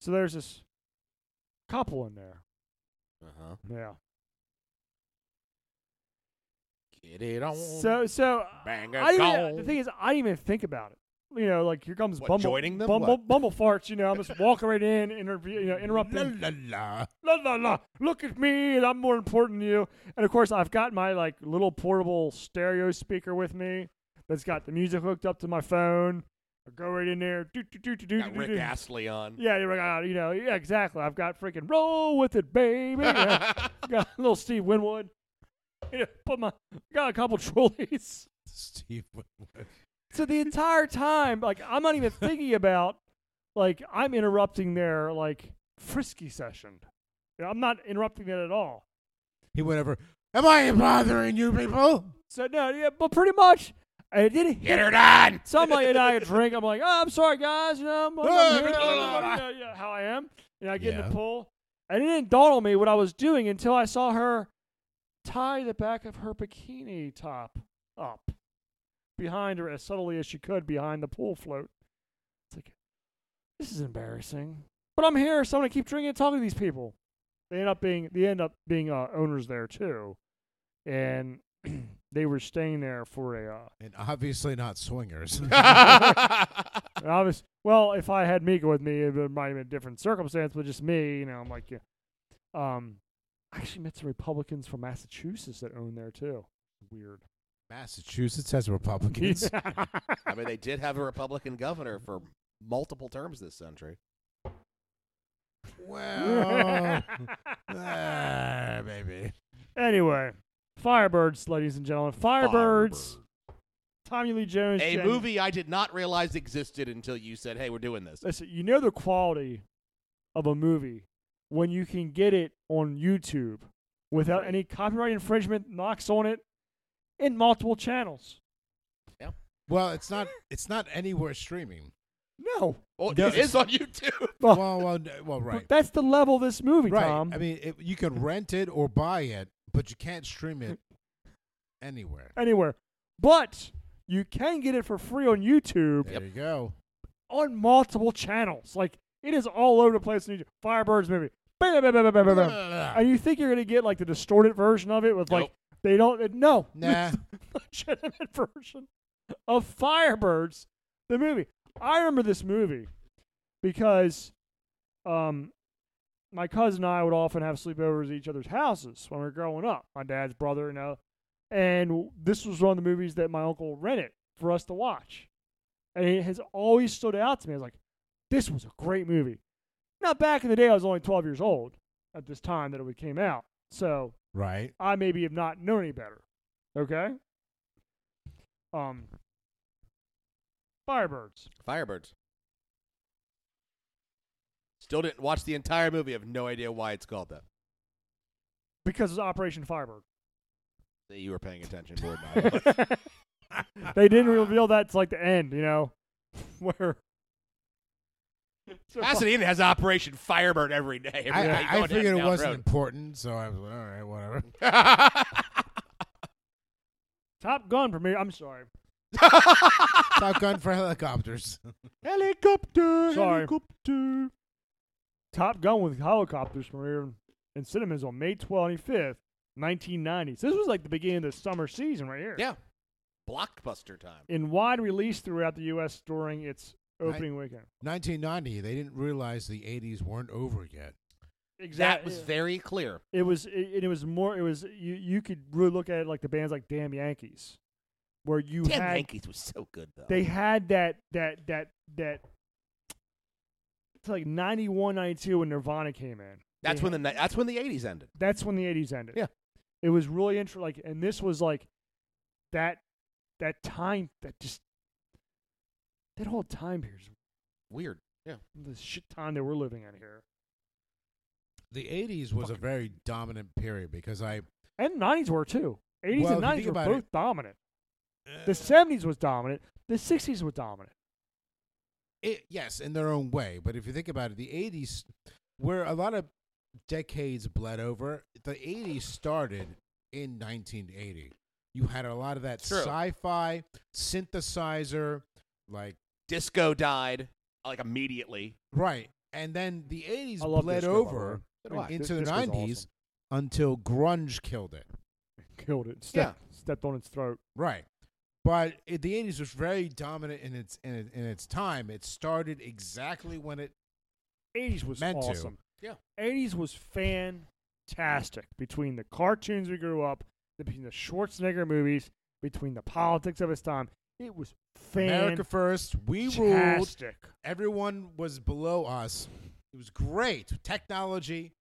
A: So there's this couple in there.
B: bad. Uh-huh.
A: Yeah.
B: Get it on.
A: So so
B: Bang
A: I
B: it
A: didn't,
B: on.
A: the thing is, I didn't even think about it. you know, like here comes
B: What,
A: Bumble,
B: joining them?
A: Bumble,
B: What?
A: Bumble farts. You know, I'm just walking right in, interview, you know,
C: La
A: interrupting.
C: la la.
A: La la la! Look at me, and I'm more important than you. And of course, I've got my like little portable stereo speaker with me that's got the music hooked up to my phone. I go right in there. Do, do, do, do, do,
B: Got
A: do,
B: Rick
A: do.
B: Astley on.
A: Yeah, you got you know, yeah, exactly. I've got freaking roll with it, baby. Yeah. got little Steve Winwood. You know, put my got a couple trolleys.
C: Steve Winwood.
A: So the entire time, like I'm not even thinking about, like I'm interrupting their like frisky session. You know, I'm not interrupting that at all.
C: He went over. Am I bothering you people?
A: So no, yeah, but pretty much, and it did hit.
B: Get her done.
A: Somebody and I a drink. I'm like, oh, I'm sorry, guys. You know, I'm, like, I'm here,
C: Ah.
A: you know, yeah, how I am. And I get in
C: Yeah.
A: the pool, and it didn't dawn on me what I was doing until I saw her tie the back of her bikini top up behind her as subtly as she could behind the pool float. It's like, this is embarrassing. But I'm here, so I'm gonna keep drinking and talking to these people. They end up being they end up being uh, owners there too, and they were staying there for a. Uh,
C: And obviously not swingers.
A: and I was well, if I had Mika with me, it might have been a different circumstance, but just me, you know, I'm like, yeah. Um, I actually met some Republicans from Massachusetts that own there too. Weird.
C: Massachusetts has Republicans.
B: I mean, they did have a Republican governor for multiple terms this century.
A: Oh.
C: Well, ah, maybe.
A: anyway, Firebirds, ladies and gentlemen, Firebirds. Tommy Lee Jones.
B: A
A: Jen-
B: movie I did not realize existed until you said, "Hey, we're doing this."
A: Listen, you know the quality of a movie when you can get it on YouTube without any copyright infringement knocks on it in multiple channels.
C: Well, it's not. It's not anywhere streaming.
A: No.
B: Oh,
C: No,
B: it is on YouTube.
A: Well,
C: Well, well, n- well,
A: but
C: right,
A: that's the level of this movie,
C: right.
A: Tom.
C: I mean, it, you can rent it or buy it, but you can't stream it anywhere.
A: Anywhere. But you can get it for free on YouTube
C: There you go.
A: on multiple channels. Like, it is all over the place on YouTube. Firebirds movie. Bam, bam, bam, bam, bam, bam, bam. And you think you're going to get, like, the distorted version of it with, like,
B: Nope.
A: they don't. it- no.
C: Nah.
A: legitimate version of Firebirds, the movie. I remember this movie because um, my cousin and I would often have sleepovers at each other's houses when we were growing up. My dad's brother, you know, and this was one of the movies that my uncle rented for us to watch, and it has always stood out to me. I was like, "This was a great movie." Now, back in the day, I was only 12 years old at this time that it came out, so
C: Right.
A: I maybe have not known any better. Okay? Um Firebirds.
B: Firebirds. Still didn't watch the entire movie. I have no idea why it's called that.
A: Because it's Operation Firebird.
B: That You were paying attention, Gordon. I was.
A: they didn't reveal that to like the end, you know. Where So fi-
B: Pasadena has Operation Firebird every day. Every
C: I,
B: day
C: I, I
B: going down
C: figured it
B: that
C: wasn't
B: road.
C: important, so I was like, all right, whatever.
A: Top Gun premiere I'm sorry.
C: Top Gun for helicopters.
A: Helicopter helicopter. Top Gun with helicopters premiere in cinemas on May twenty fifth, nineteen ninety. So this was like the beginning of the summer season right here.
B: yeah. Blockbuster time.
A: in wide release throughout the U.S. during its
C: Right.
A: opening weekend.
C: 1990. They didn't realize the 80s weren't over yet.
B: That was very clear.
A: it was it, and it was more it was you you could really look at it like the bands like Damn Yankees, where you
B: Damn
A: had
B: Yankees was so good though.
A: they had that that that that it's like 91, 92 when Nirvana came in.
B: that's
A: They
B: when the ni- that's when the eighties ended.
A: that's when the eighties ended.
B: Yeah.
A: it was really interesting. Like, and this was like that that time that just that whole time period, is
B: Weird. Yeah.
A: the shit time that we're living in here.
C: The 80s was a very dominant period because I.
A: and nineties were too. Eighties
C: Well, if you
A: and nineties
C: think
A: were
C: about
A: both
C: it- uh,
A: dominant. The seventies was dominant. The sixties was dominant.
C: it, yes, in their own way. But if you think about it, the 80s, where a lot of decades bled over, the 80s started in 1980. You had a lot of that
B: True.
C: sci fi, synthesizer, like,
B: Disco died like immediately.
C: right. And then the 80s
A: I love
C: bled
A: disco, by the
C: over
A: way.
B: So do I.
A: This-
C: into the
A: this was
C: 90s until grunge killed it.
A: Killed it. Stepped, stepped on its throat.
C: Right. But it, the '80s was very dominant in its in, it, in its time. It started exactly when it.
A: 80s was
C: Meant to.
A: awesome.
B: Yeah.
A: 80s was fantastic between the cartoons we grew up, between the Schwarzenegger movies, between the politics of his time. It was
C: America
A: fantastic.
C: first. We ruled. everyone was below us. It was great technology,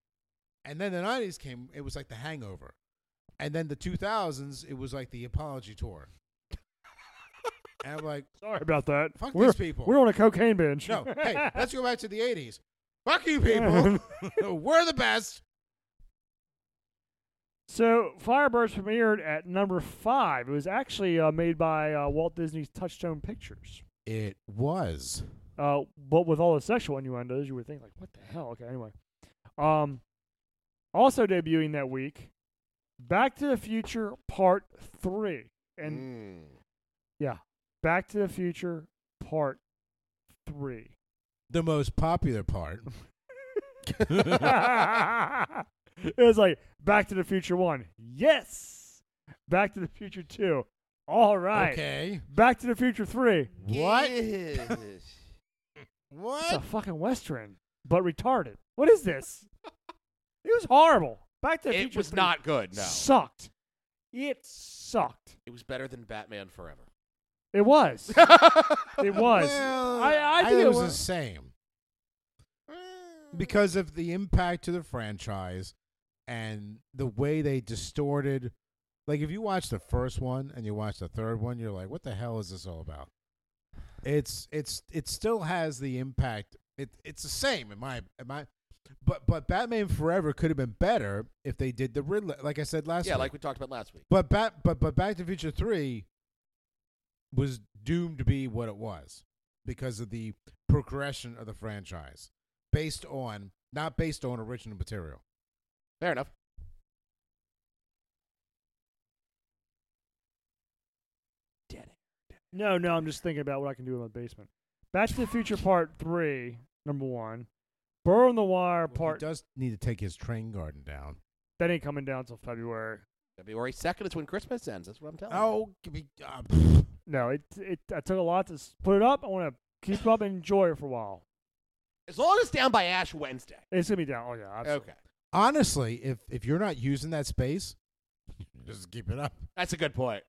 C: and then the nineties came. It was like the Hangover, and then the two thousands. It was like the Apology Tour. and I'm like,
A: Sorry about that.
C: Fuck
A: we're,
C: these people.
A: We're on a cocaine binge.
C: no, hey, let's go back to the eighties. Fuck you, people. we're the best.
A: So Firebirds premiered at number five. It was actually uh, made by uh, Walt Disney's Touchstone Pictures.
C: It was.
A: Uh, but with all the sexual innuendos, you would think like, "What the hell?" Okay, anyway. Um, also debuting that week, Back to the Future Part Three, and
B: Mm.
A: Back to the Future Part Three.
C: The most popular part.
A: it was like Back to the Future One, yes. Back to the Future Two, all right.
C: Okay.
A: Back to the Future Three,
B: Mm.
C: What?
B: Yes.
A: It's a
C: What?
A: fucking western, but retarded. What is this? It was horrible. Back to the
B: it
A: Future
B: was
A: pretty-
B: not good. No,
A: sucked. It sucked.
B: it was better than Batman Forever.
A: It was. it was.
C: Well,
A: I- I think
C: it
A: it
C: was the
A: was-
C: same. because of the impact to the franchise and the way they distorted like if you watch the first one and you watch the third one you're like what the hell is this all about it's it's it still has the impact it it's the same in my in my but but Batman Forever could have been better if they did the Riddler like I said last
B: yeah,
C: week.
B: like we talked about last week.
C: but bat but but Back to the Future 3 was doomed to be what it was because of the progression of the franchise based on not based on original material.
B: Fair enough. Dead it.
A: No, no, I'm just thinking about what I can do in my basement. Back to the Future Part Three, number one. Burr on the Wire
C: Part
A: Part
C: he does need to take his train garden down.
A: that ain't coming down till February.
B: February second is when Christmas ends. That's what I'm telling. you.
C: Oh, give me uh, pff.
A: No, it it I took a lot to s- put it up. I want to keep it up and enjoy it for a while.
B: as long as it's down by Ash Wednesday.
A: It's gonna be down. Oh yeah, absolutely.
B: Okay,
C: honestly, if if you're not using that space, just keep it up.
B: that's a good point.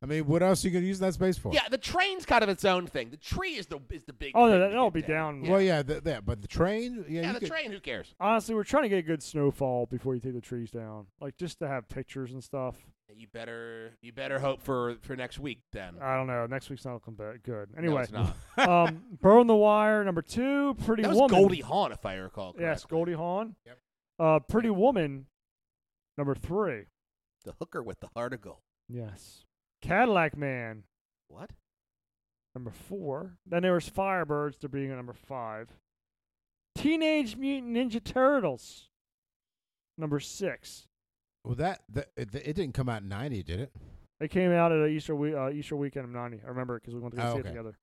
C: I mean, what else are you going to use that space for?
B: Yeah, the train's kind of its own thing. The tree is the is the big.
A: Oh
B: thing
A: no,
B: to
A: that, that'll
B: get
A: be down.
B: Yeah.
C: Well, yeah, th- that, but the train, yeah,
B: Yeah,
C: you
B: the
C: could-
B: train. Who cares?
A: Honestly, we're trying to get a good snowfall before you take the trees down, like just to have pictures and stuff.
B: You better you better hope for for next week then.
A: I don't know. Next week's not looking ba- good.
B: No,
A: Uh, Anyway,
B: it's not.
A: um, Burn the Wire number two, Pretty
B: that was
A: Woman.
B: Goldie Hawn, if I recall. Correctly.
A: Yes, Goldie Hawn.
C: Yep.
A: Uh, Pretty Woman number three.
B: the hooker with the heart of gold.
A: Yes. Cadillac Man
B: What?
A: number four. Then there was Firebirds to being at number five. Teenage Mutant Ninja Turtles number six.
C: well, that, that it, it didn't come out in ninety, did it?
A: It came out at a Easter we- uh, Easter weekend of '90. I remember it because we went to go
C: Oh,
A: see
C: okay.
A: it together.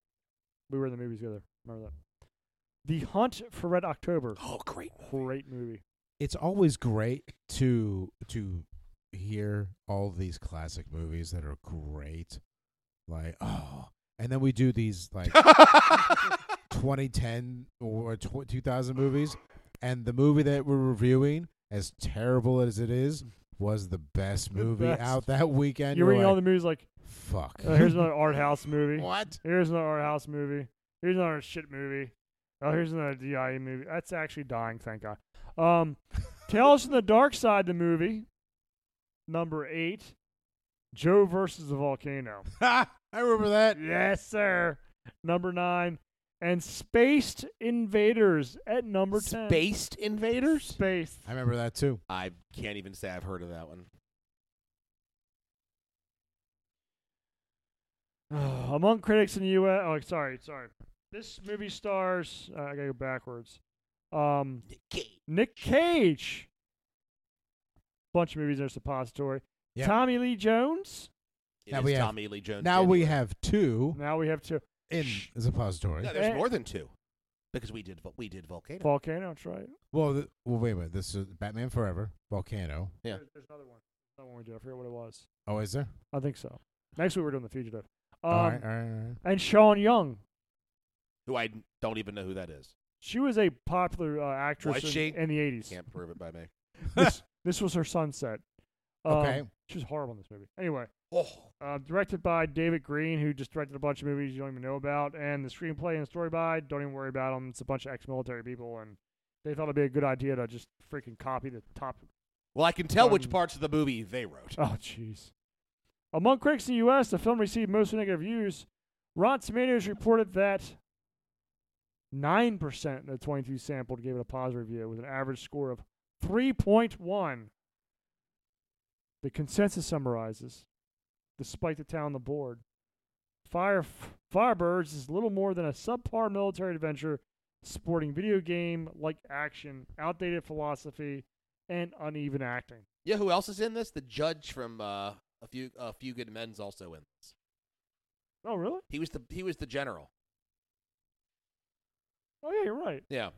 A: We were in the movie together. Remember that? The Hunt for Red October.
B: Oh, great movie.
A: Great movie.
C: it's always great to to hear all these classic movies that are great like oh and then we do these like 2010 or tw- 2000 movies and the movie that we're reviewing as terrible as it is was the best
A: The
C: movie
A: best.
C: out that weekend
A: You're
C: You're
A: reading all the
C: like,
A: movies like,
C: fuck
A: oh, here's another art house movie.
C: what
A: Here's another art house movie. Here's another shit movie. Oh, here's another DIE movie. That's actually dying, thank God. Um, Tales from the Dark Side, the movie, number eight. Joe versus the volcano.
C: i remember that
A: Yes, sir. Number nine. And Spaced Invaders at number 10.
B: Spaced Invaders.
A: Spaced.
C: i remember that too
B: I can't even say I've heard of that one.
A: Among critics in the U.S. Oh, sorry, sorry. This movie stars. Uh, I gotta go backwards. Um, Nick Cage. Bunch of movies in a suppository.
C: Yeah.
A: Tommy Lee Jones.
B: It
C: Now
B: is
C: we have-
B: Tommy Lee Jones.
C: now we
B: genuine.
C: have two
A: Now we have two.
C: in
A: Shh.
C: the suppository
B: No, there's
A: Eh.
B: more than two, because we did we did Volcano.
A: Volcano. That's right.
C: well, th- well wait a minute this is batman forever volcano
B: Yeah.
A: There's, there's another one. Another one we did. I forget what it was.
C: oh is there
A: I think so. Next week we're doing the fugitive. Um,
C: all right, all right, all right.
A: And Sean Young.
B: who I don't even know who that is.
A: She was a popular uh, actress
B: Was
A: in,
B: she?
A: in the 80s.
B: Can't prove it by me.
A: This, this was her sunset. Um,
C: Okay.
A: She was horrible in this movie. Anyway,
B: Oh,
A: uh, directed by David Green, who just directed a bunch of movies you don't even know about, and the screenplay and story by, don't even worry about them. It's a bunch of ex military people, and they thought it'd be a good idea to just freaking copy the top
B: well, I can tell which
A: Um,
B: parts of the movie they wrote.
A: Oh, jeez. Among critics in the U.S., the film received mostly negative reviews. Rotten Tomatoes reported that 9% of the 22 sampled gave it a positive review with an average score of 3.1. The consensus summarizes, despite the town on the board, Fire Firebirds is little more than a subpar military adventure sporting video game like action, outdated philosophy, and uneven acting.
B: Yeah, who else is in this? The judge from uh, a few a few good men's also in this.
A: Oh, really?
B: He was the he was the general.
A: Oh yeah, you're right.
B: Yeah,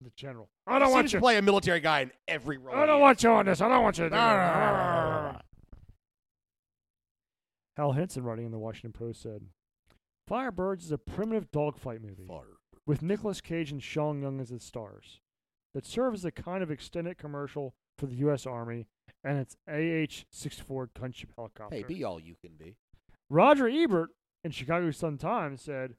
A: The general. I don't
B: He
A: want
B: seems
A: you.
B: to play a military guy in every role.
A: I don't
B: he
A: want you on this. I don't want you. To do
C: Ah.
A: that. Hal Henson, writing in the Washington Post, said, "Firebirds is a primitive dogfight
B: is.
A: movie
B: Far.
A: with Nicolas Cage and Sean Young as the stars, that serves as a kind of extended commercial for the U.S. Army and its AH-64 gunship helicopter."
B: Hey, be all you can be.
A: Roger Ebert in Chicago Sun Times said,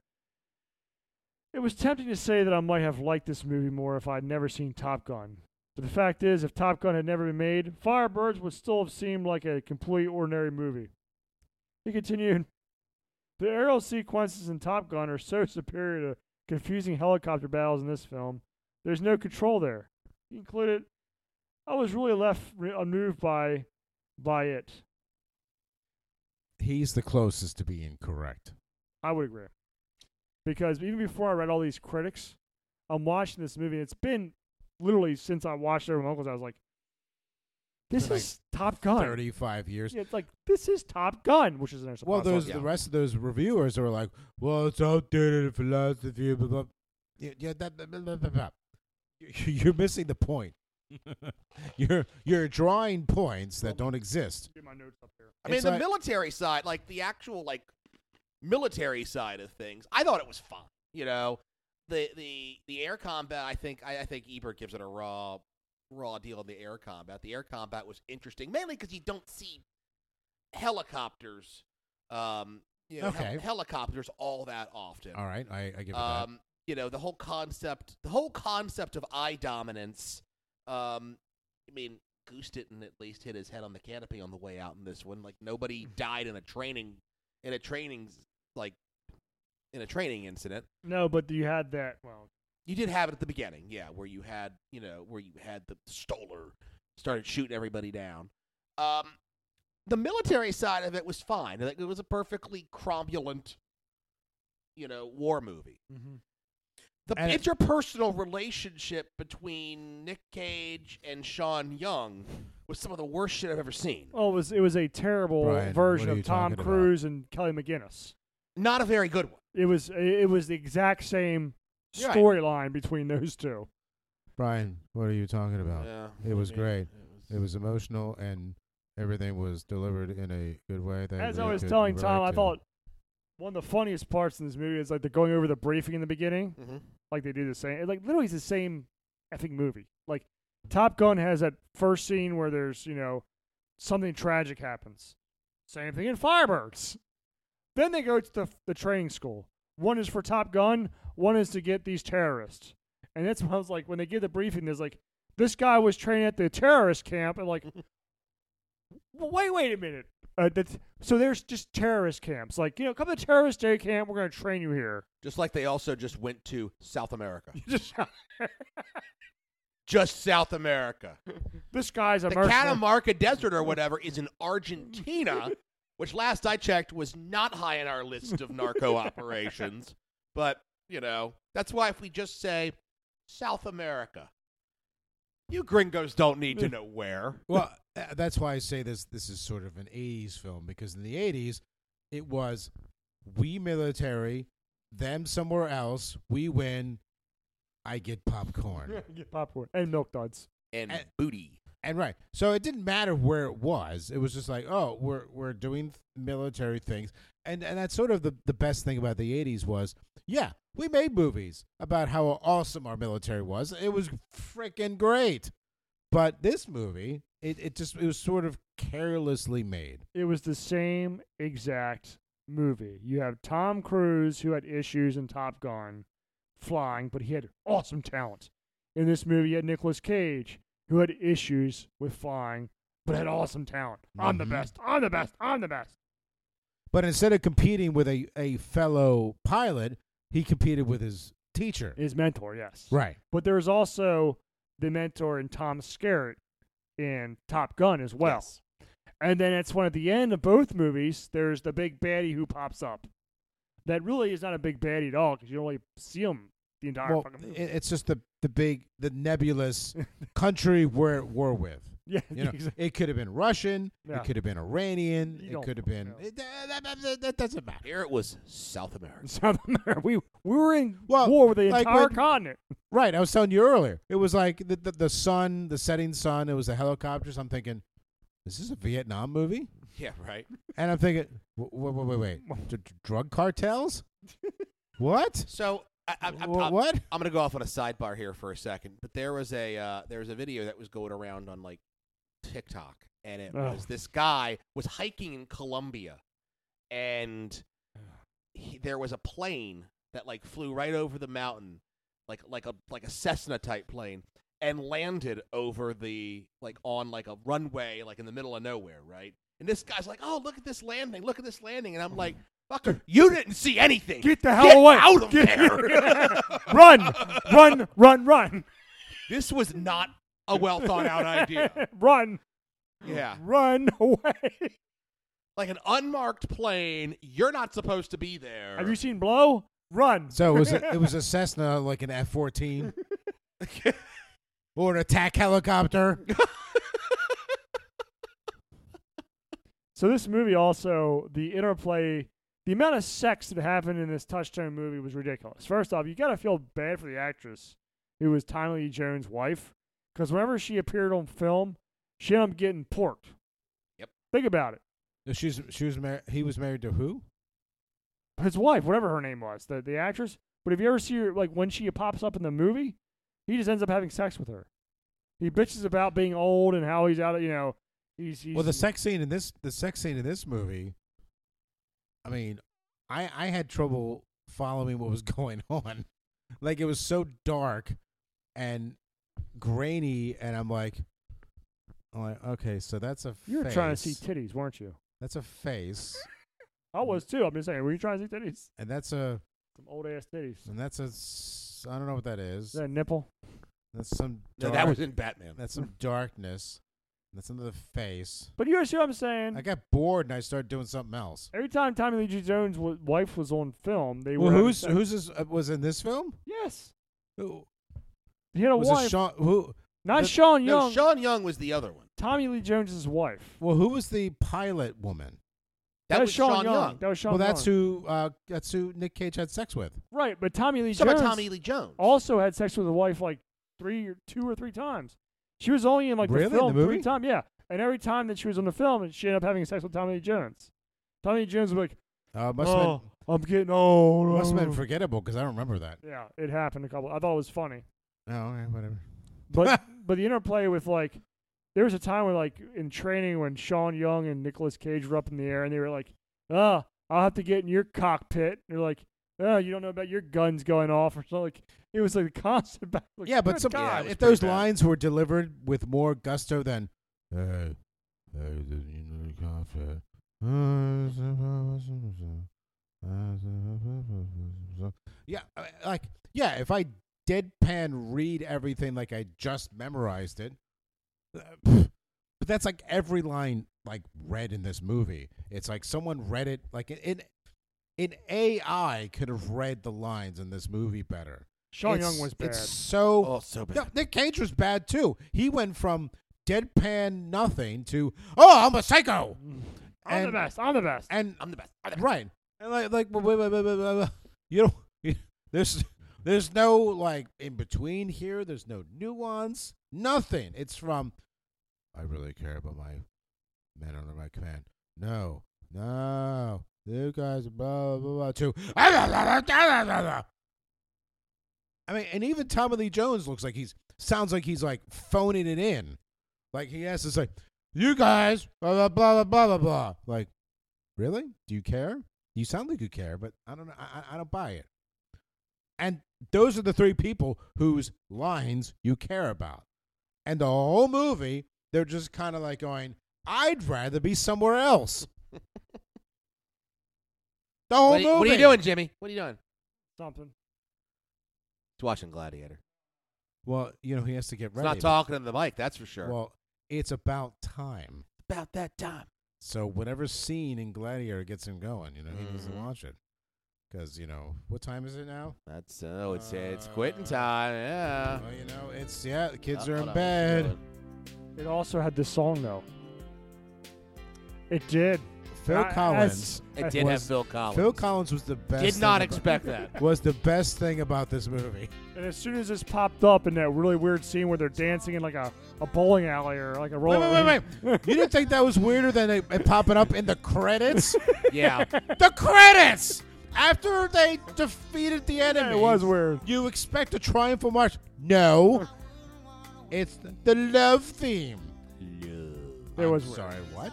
A: It was tempting to say that I might have liked this movie more if I'd never seen Top Gun. But the fact is, if Top Gun had never been made, Firebirds would still have seemed like a complete ordinary movie. He continued, The aerial sequences in Top Gun are so superior to confusing helicopter battles in this film, there's no control there. He concluded, I was really left re- unmoved by, by it.
C: He's the closest to being correct.
A: I would agree. Because even before I read all these critics, I'm watching this movie. and It's been literally since I watched it with my uncles. I was like, this
C: Like
A: is Top Gun.
C: Thirty-five years.
A: Yeah, it's like, this is Top Gun, which is an
C: Well, those
B: yeah.
C: the rest of those reviewers are like, well, it's outdated philosophy. Blah, blah. Yeah, yeah, that, blah, blah, blah, blah, blah. You're missing the point. you're you're drawing points that don't exist.
A: Get my notes up here.
B: I mean,
C: It's
B: the
C: like-
B: military side, like the actual like military side of things, I thought it was fun. You know, the the the air combat. I think I, I think Ebert gives it a raw raw deal on the air combat. The air combat was interesting, mainly because you don't see helicopters, um, you know, hel-
C: Okay.
B: helicopters all that often.
C: All right, I, I give it that.
B: um, you know, the whole concept, the whole concept of eye dominance. Um, I mean, Goose didn't at least hit his head on the canopy on the way out in this one. Like nobody
C: Mm.
B: died in a training, in a training, like in a training incident.
A: No, but you had that. Well,
B: You did have it at the beginning, yeah, where you had, you know, where you had the stoller started shooting everybody down. Um, the military side of it was fine. Like, It was a perfectly cromulent, you know, war movie
C: Mm-hmm.
B: the
C: And it-
B: interpersonal relationship between Nick Cage and Sean Young was some of the worst shit I've ever seen.
A: well, oh, it was it was a terrible
C: Brian, what
A: version
C: are
A: of
C: you
A: Tom
C: talking about?
A: Cruise and Kelly McGinnis.
B: Not a very good one.
A: It was it was the exact same
B: You're right.
A: storyline between those two.
C: Brian, what are you talking about?
B: Yeah,
C: It was great.
B: It
C: It was emotional and everything was delivered in a good way. That
A: As I
C: we
A: was
C: could
A: telling
C: relate
A: Tom, I
C: to.
A: thought one of the funniest parts in this movie is like they're going over the briefing in the beginning,
B: hmm
A: like they do the same. Like literally, it's the same effing movie. Like Top Gun has that first scene where there's you know something tragic happens. Same thing in Firebirds. Then they go to the, the training school. One is for Top Gun. One is to get these terrorists. And that's when I was like, when they give the briefing, there's like, this guy was training at the terrorist camp, and like, well, wait, wait a minute. Uh, that's, so there's just terrorist camps. Like, you know, come to terrorist day camp. We're gonna train you here.
B: Just like they also just went to South America.
A: Just-
B: Just South America.
A: this guy's a
B: The
A: mercenary.
B: Catamarca Desert or whatever is in Argentina, which last I checked was not high on our list of narco operations. But, you know, that's why if we just say South America, you gringos don't need to know where.
C: well, uh, that's why I say this. This is sort of an '80s film because in the '80s, it was we military, them somewhere else. We win. I get popcorn.
A: Get popcorn and milk duds.
B: and
C: And-
B: booty.
C: and right, so it didn't matter where it was. It was just like, oh, we're we're doing th- military things, and and that's sort of the the best thing about the 80s was yeah we made movies about how awesome our military was it was freaking great but this movie it, it just it was sort of carelessly made
A: It was the same exact movie. You have Tom Cruise who had issues in Top Gun flying, but he had awesome talent. In this movie, you had Nicolas Cage who had issues with flying, but had awesome talent. I'm the
C: Mhm.
A: best. I'm the best. I'm the best.
C: but instead of competing with a, a fellow pilot he competed with his teacher
A: His mentor, yes.
C: right
A: But there's also the mentor in Tom Skerritt in Top Gun as well.
B: Yes.
A: And then it's one at the end of both movies, there's the big baddie who pops up. That really is not a big baddie at all because you don't really see him the entire
C: well
A: fucking
C: it,
A: movie.
C: it's just the the big the nebulous country we're we're with
A: yeah,
C: you know
A: exactly.
C: it could have been russian
A: Yeah.
C: it could have been iranian
A: You
C: it
A: don't
C: could have been
A: know.
C: it- that, that- that- that doesn't matter
B: Here it was South America.
A: South America. We, we were in
C: Well,
A: war with the
C: like
A: entire
C: when-
A: continent.
C: Right, I was telling you earlier. It was like the, the the sun, the setting sun. It was the helicopters. I'm thinking, is this a Vietnam movie?
B: Yeah, right.
C: And I'm thinking, wait, wait, wait, wait, D- d- drug cartels? what?
B: So I, I,
C: Wh-
B: I'm, I'm,
C: what?
B: I'm going to go off on a sidebar here for a second, but there was a uh, there was a video that was going around on like TikTok, and it
A: Ugh.
B: was this guy was hiking in Colombia, and he, there was a plane that like flew right over the mountain, like like a like a Cessna type plane, and landed over the like on like a runway like in the middle of nowhere, right? And this guy's like, "Oh, look at this landing! Look at this landing!" And I'm like, "Fucker, you didn't see anything.
A: Get the hell away.
B: out of
A: Get-
B: there!"
A: Run, run, run, run.
B: This was not a well thought out idea.
A: run,
B: Yeah.
A: run away.
B: Like an unmarked plane, you're not supposed to be there.
A: Have you seen Blow? Run.
C: So it was a, it was a Cessna, like an F-14, or an attack helicopter.
A: So this movie also the interplay, the amount of sex that happened in this Touchstone movie was ridiculous. First off, you gotta feel bad for the actress who was Tommy Lee Jones' wife, because whenever she appeared on film, she ended up getting porked.
B: Yep.
A: Think about it.
C: No, She's she was mar- he was married to who?
A: His wife, whatever her name was, the the actress. But if you ever see her, like when she pops up in the movie, he just ends up having sex with her. He bitches about being old and how he's out of you know. He's, he's
C: Well, the sex scene in this the sex scene in this movie. I mean, I I had trouble following what was going on. Like it was so dark and grainy, and I'm like, I'm like, okay, so that's a
A: you were trying to see
C: face.
A: titties, weren't you?
C: that's a face, Mm-hmm.
A: I was too. I'm just saying, were you trying to see titties?
C: and that's a
A: Some old ass titties.
C: and that's a s- I don't know what that is.
A: Is that a nipple?
C: That's some
B: No,
C: dark,
B: that was in Batman.
C: that's some darkness. That's another face.
A: But you see what I'm saying?
C: I got bored and I started doing something else.
A: Every time Tommy Lee Jones' Jones' wa- wife was on film, they
C: Well,
A: were. having
C: who's
A: sex.
C: who's this, uh, was in this film?
A: Yes.
C: Who
A: He had a
C: was
A: wife.
C: it Sean? Who?
A: Not
C: the-
A: Sean
B: no,
A: Young.
B: Sean Young was the other one.
A: Tommy Lee Jones' wife.
C: Well, who was the pilot woman?
B: That,
A: was, Sean,
B: Young.
A: That was Sean
C: well, that's
A: Young.
C: who. Uh, that's who Nick Cage had sex with.
A: Right, but Tommy Lee
B: Some of
A: Jones
B: Tommy Lee Jones.
A: also had sex with a wife like three or two or three times. She was only in like the
C: Really? In the
A: film three
C: movie?
A: times. Yeah. And every time that she was on the film, she ended up having sex with Tommy Lee Jones. Tommy Lee Jones was like,
C: Uh, must have
A: oh, I'm getting old.
C: been, must have
A: oh."
C: been forgettable because I don't remember that.
A: Yeah, it happened a couple. I thought it was funny,
C: Oh, okay, whatever.
A: but but the interplay with like, there was a time when like in training when Sean Young and Nicolas Cage were up in the air and they were like, "Ah, I'll have to get in your cockpit." And they're like, "Oh, you don't know about your guns going off or something." Like it was like a constant back. Like,
C: yeah, but
A: good
C: some,
A: God.
B: it was
C: if those
B: pretty bad.
C: lines were delivered with more gusto than, uh, uh, the- you know, the coffee, uh, yeah, I- like yeah, if I deadpan read everything like I just memorized it, uh, pff, but that's like every line like read in this movie. It's like someone read it like in in AI could have read the lines in this movie better.
A: Sean
C: It's-
A: Young was bad.
C: It's so
B: oh, so bad.
C: no, Nick Cage was bad too. He went from deadpan nothing to oh, I'm a psycho,
A: I'm the
C: and-
A: best. I'm the best.
C: and
B: I'm the best. I'm the best.
C: right, and like like wait, wait, wait, wait, wait, wait, wait. you know, there's there's no like in between here. There's no nuance. Nothing. It's from I really care about my men under my command. No, no, You guys, blah, blah, blah, too. I mean, and even Tommy Lee Jones looks like he's, sounds like he's like phoning it in. Like he has to say, you guys, blah, blah, blah, blah, blah, blah. Like, really? Do you care? You sound like you care, but I don't know. I, I- I don't buy it. And those are the three people whose lines you care about. And the whole movie, they're just kind of like going, I'd rather be somewhere else. the whole
B: What are, you,
C: movie.
B: what are you doing, Jimmy? What are you doing?
A: Something.
B: He's watching Gladiator.
C: Well, you know, he has to get
B: He's
C: ready.
B: not talking to the mic, that's for sure.
C: Well, it's about time.
B: About that time.
C: So whatever scene in Gladiator gets him going, you know, he needs to
B: Mhm.
C: watch it. Because, you know, what time is it now?
B: That's oh, it's it's
C: Uh,
B: quitting time. Yeah.
C: well, you know, it's, yeah, the kids
B: Oh,
C: are
B: hold
C: in
B: on,
C: bed.
A: It also had this song though. It did.
C: Phil
A: I- as-
C: Collins.
B: It
A: as-
B: did have
C: Was-
B: Phil Collins.
C: Phil Collins was the best.
B: Did
C: thing
B: not
C: about-
B: expect that.
C: was the best thing about this movie.
A: And as soon as this popped up in that really weird scene where they're dancing in like a, a bowling alley or like a roller.
C: Wait, wait, wait, wait! you didn't think that was weirder than it, it popping up in the credits?
B: Yeah.
C: the credits after they defeated the enemy.
A: it was weird.
C: You expect a triumphal march? No, it's the love theme.
A: It was weird.
C: sorry. What?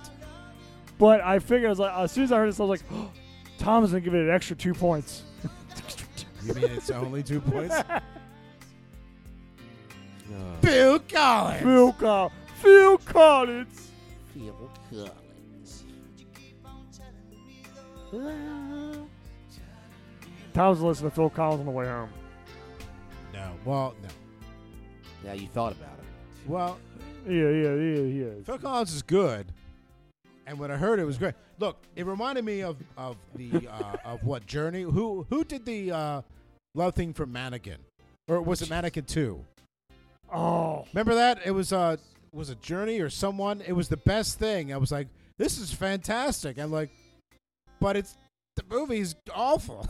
A: But I figured I was like, as soon as I heard this, I was like, oh, Tom's gonna give it an extra two points.
C: You mean it's only two points? Bill Collins.
A: Phil Collins. Phil Collins.
B: Phil Collins.
A: Tom's listening to Phil Collins on the way home.
C: No. Well, no.
B: Yeah, you thought about it.
C: Well,
A: Yeah, yeah, yeah, yeah.
C: Phil Collins is good, and when I heard it, it was great. Look, it reminded me of of the uh, of what Journey? Who who did the uh, love thing for Mannequin, or was it Mannequin Two?
A: Oh,
C: Remember that it was uh was a Journey or someone. It was the best thing. I was like, this is fantastic. I'm like, but it's the movie's awful.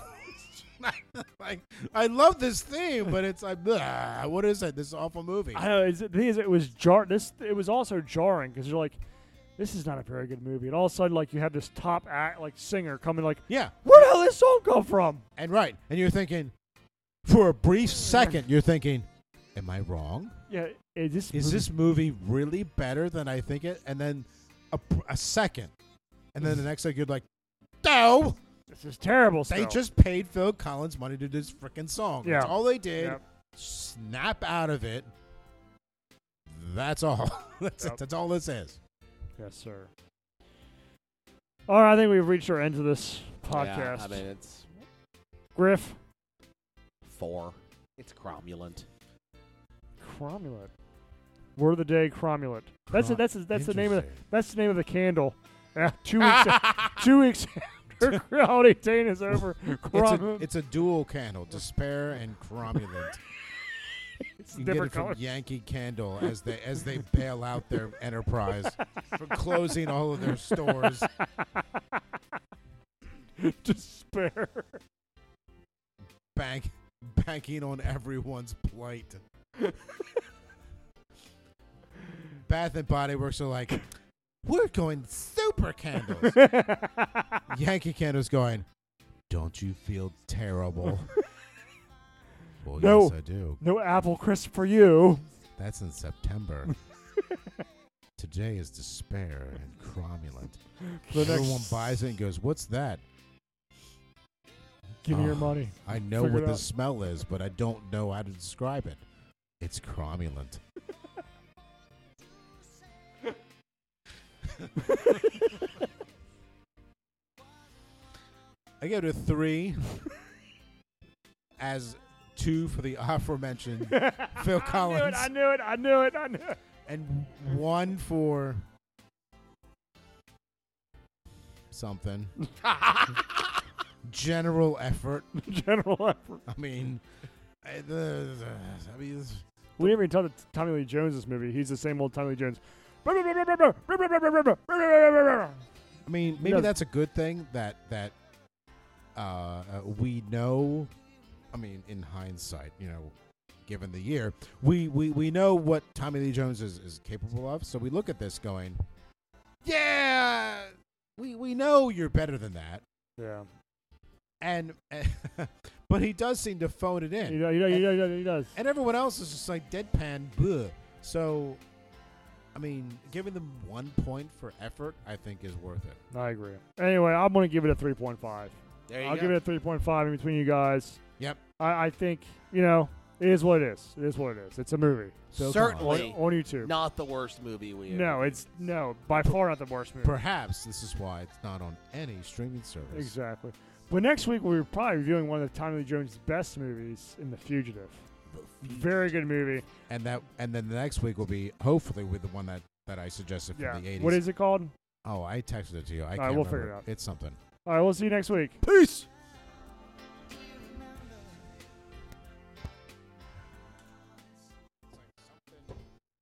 C: like I love this theme, but it's like, "Bleh, what is it? This awful movie.
A: I know. It's, the thing is, it was jar. This it was also jarring because you're like, this is not a very good movie, and all of a sudden, like you have this top act like singer coming like,
C: yeah,
A: where the hell did this song come from?
C: And right, and you're thinking, for a brief second, you're thinking, am I wrong?
A: Yeah, is this
C: Is
A: movie-
C: this movie really better than I think it? And then a, pr- a second, and then the next second, you're like, no,
A: this is terrible?
C: they
A: still.
C: just paid Phil Collins money to do this freaking song. That's
A: Yeah.
C: all they did.
A: Yep.
C: Snap out of it. That's all. that's
A: Yep.
C: it. That's all this is.
A: yes, sir. All right, I think we've reached our end of this
B: Yeah,
A: podcast.
B: I mean, it's
A: Griff
B: four. It's cromulent.
A: Cromulent. Word of the day, Cromulent. That's
C: Cro-
A: it. That's a, that's the name of the
C: Interesting.
A: that's the name of the candle. Yeah, two weeks two weeks after holiday Dane is over,
C: It's a,
A: Cromulent.
C: it's a dual candle, despair and cromulent.
A: It's
C: You can get
A: different
C: it from
A: colors.
C: Yankee Candle as they as they bail out their enterprise for closing all of their stores.
A: Despair.
C: Bank banking on everyone's plight. Bath and Body Works are like, we're going super candles. Yankee Candle's going, don't you feel terrible? well,
A: No.
C: yes, I do.
A: no apple crisp for you.
C: That's in September. Today is despair and cromulent.
A: The next-
C: Everyone buys it and goes, what's that?
A: Give me your
C: Oh.
A: money.
C: I know
A: Figure
C: what
A: it
C: the
A: out.
C: smell is, but I don't know how to describe it. It's cromulent. I give it a three, as two for the aforementioned, Phil Collins.
A: I knew it. I knew it. I knew it.
C: and one for something. General effort.
A: I knew it. General effort.
C: I mean, I, the, the- I mean, it's-
A: We didn't even talk to Tommy Lee Jones this movie. He's the same old Tommy Lee Jones. Right.
C: I mean, maybe
A: No.
C: that's a good thing that that uh, uh, we know. I mean, in hindsight, you know, given the year, we we, we know what Tommy Lee Jones is, is capable of. So we look at this going, yeah, we we know you're better than that.
A: Yeah.
C: and but he does seem to phone it in.
A: He, do- he, do- he, do- he does.
C: and everyone else is just like deadpan. Bleh. So, I mean, giving them one point for effort, I think, is worth it.
A: I agree. Anyway, I'm going to give it a 3.5.
B: There you
A: I'll
B: go.
A: give it a 3.5 in between you guys.
C: Yep.
A: I, I think, you know, it is what it is. It is what it is. It's a movie
C: So
A: on,
B: Certainly
A: on YouTube.
B: not the worst movie we. ever
A: no,
B: did.
A: it's no, by far not the worst movie.
C: Perhaps this is why it's not on any streaming service.
A: Exactly. But next week we're probably reviewing one of Tommy Lee Jones' best movies in The Fugitive. Very good movie.
C: And that, and then the next week will be hopefully with the one that, that I suggested from
A: Yeah.
C: the eighties.
A: What is it called?
C: Oh, I texted it to you. I
A: All right,
C: can't
A: we'll
C: remember.
A: figure it out.
C: It's something.
A: All right, we'll see you next week.
C: Peace.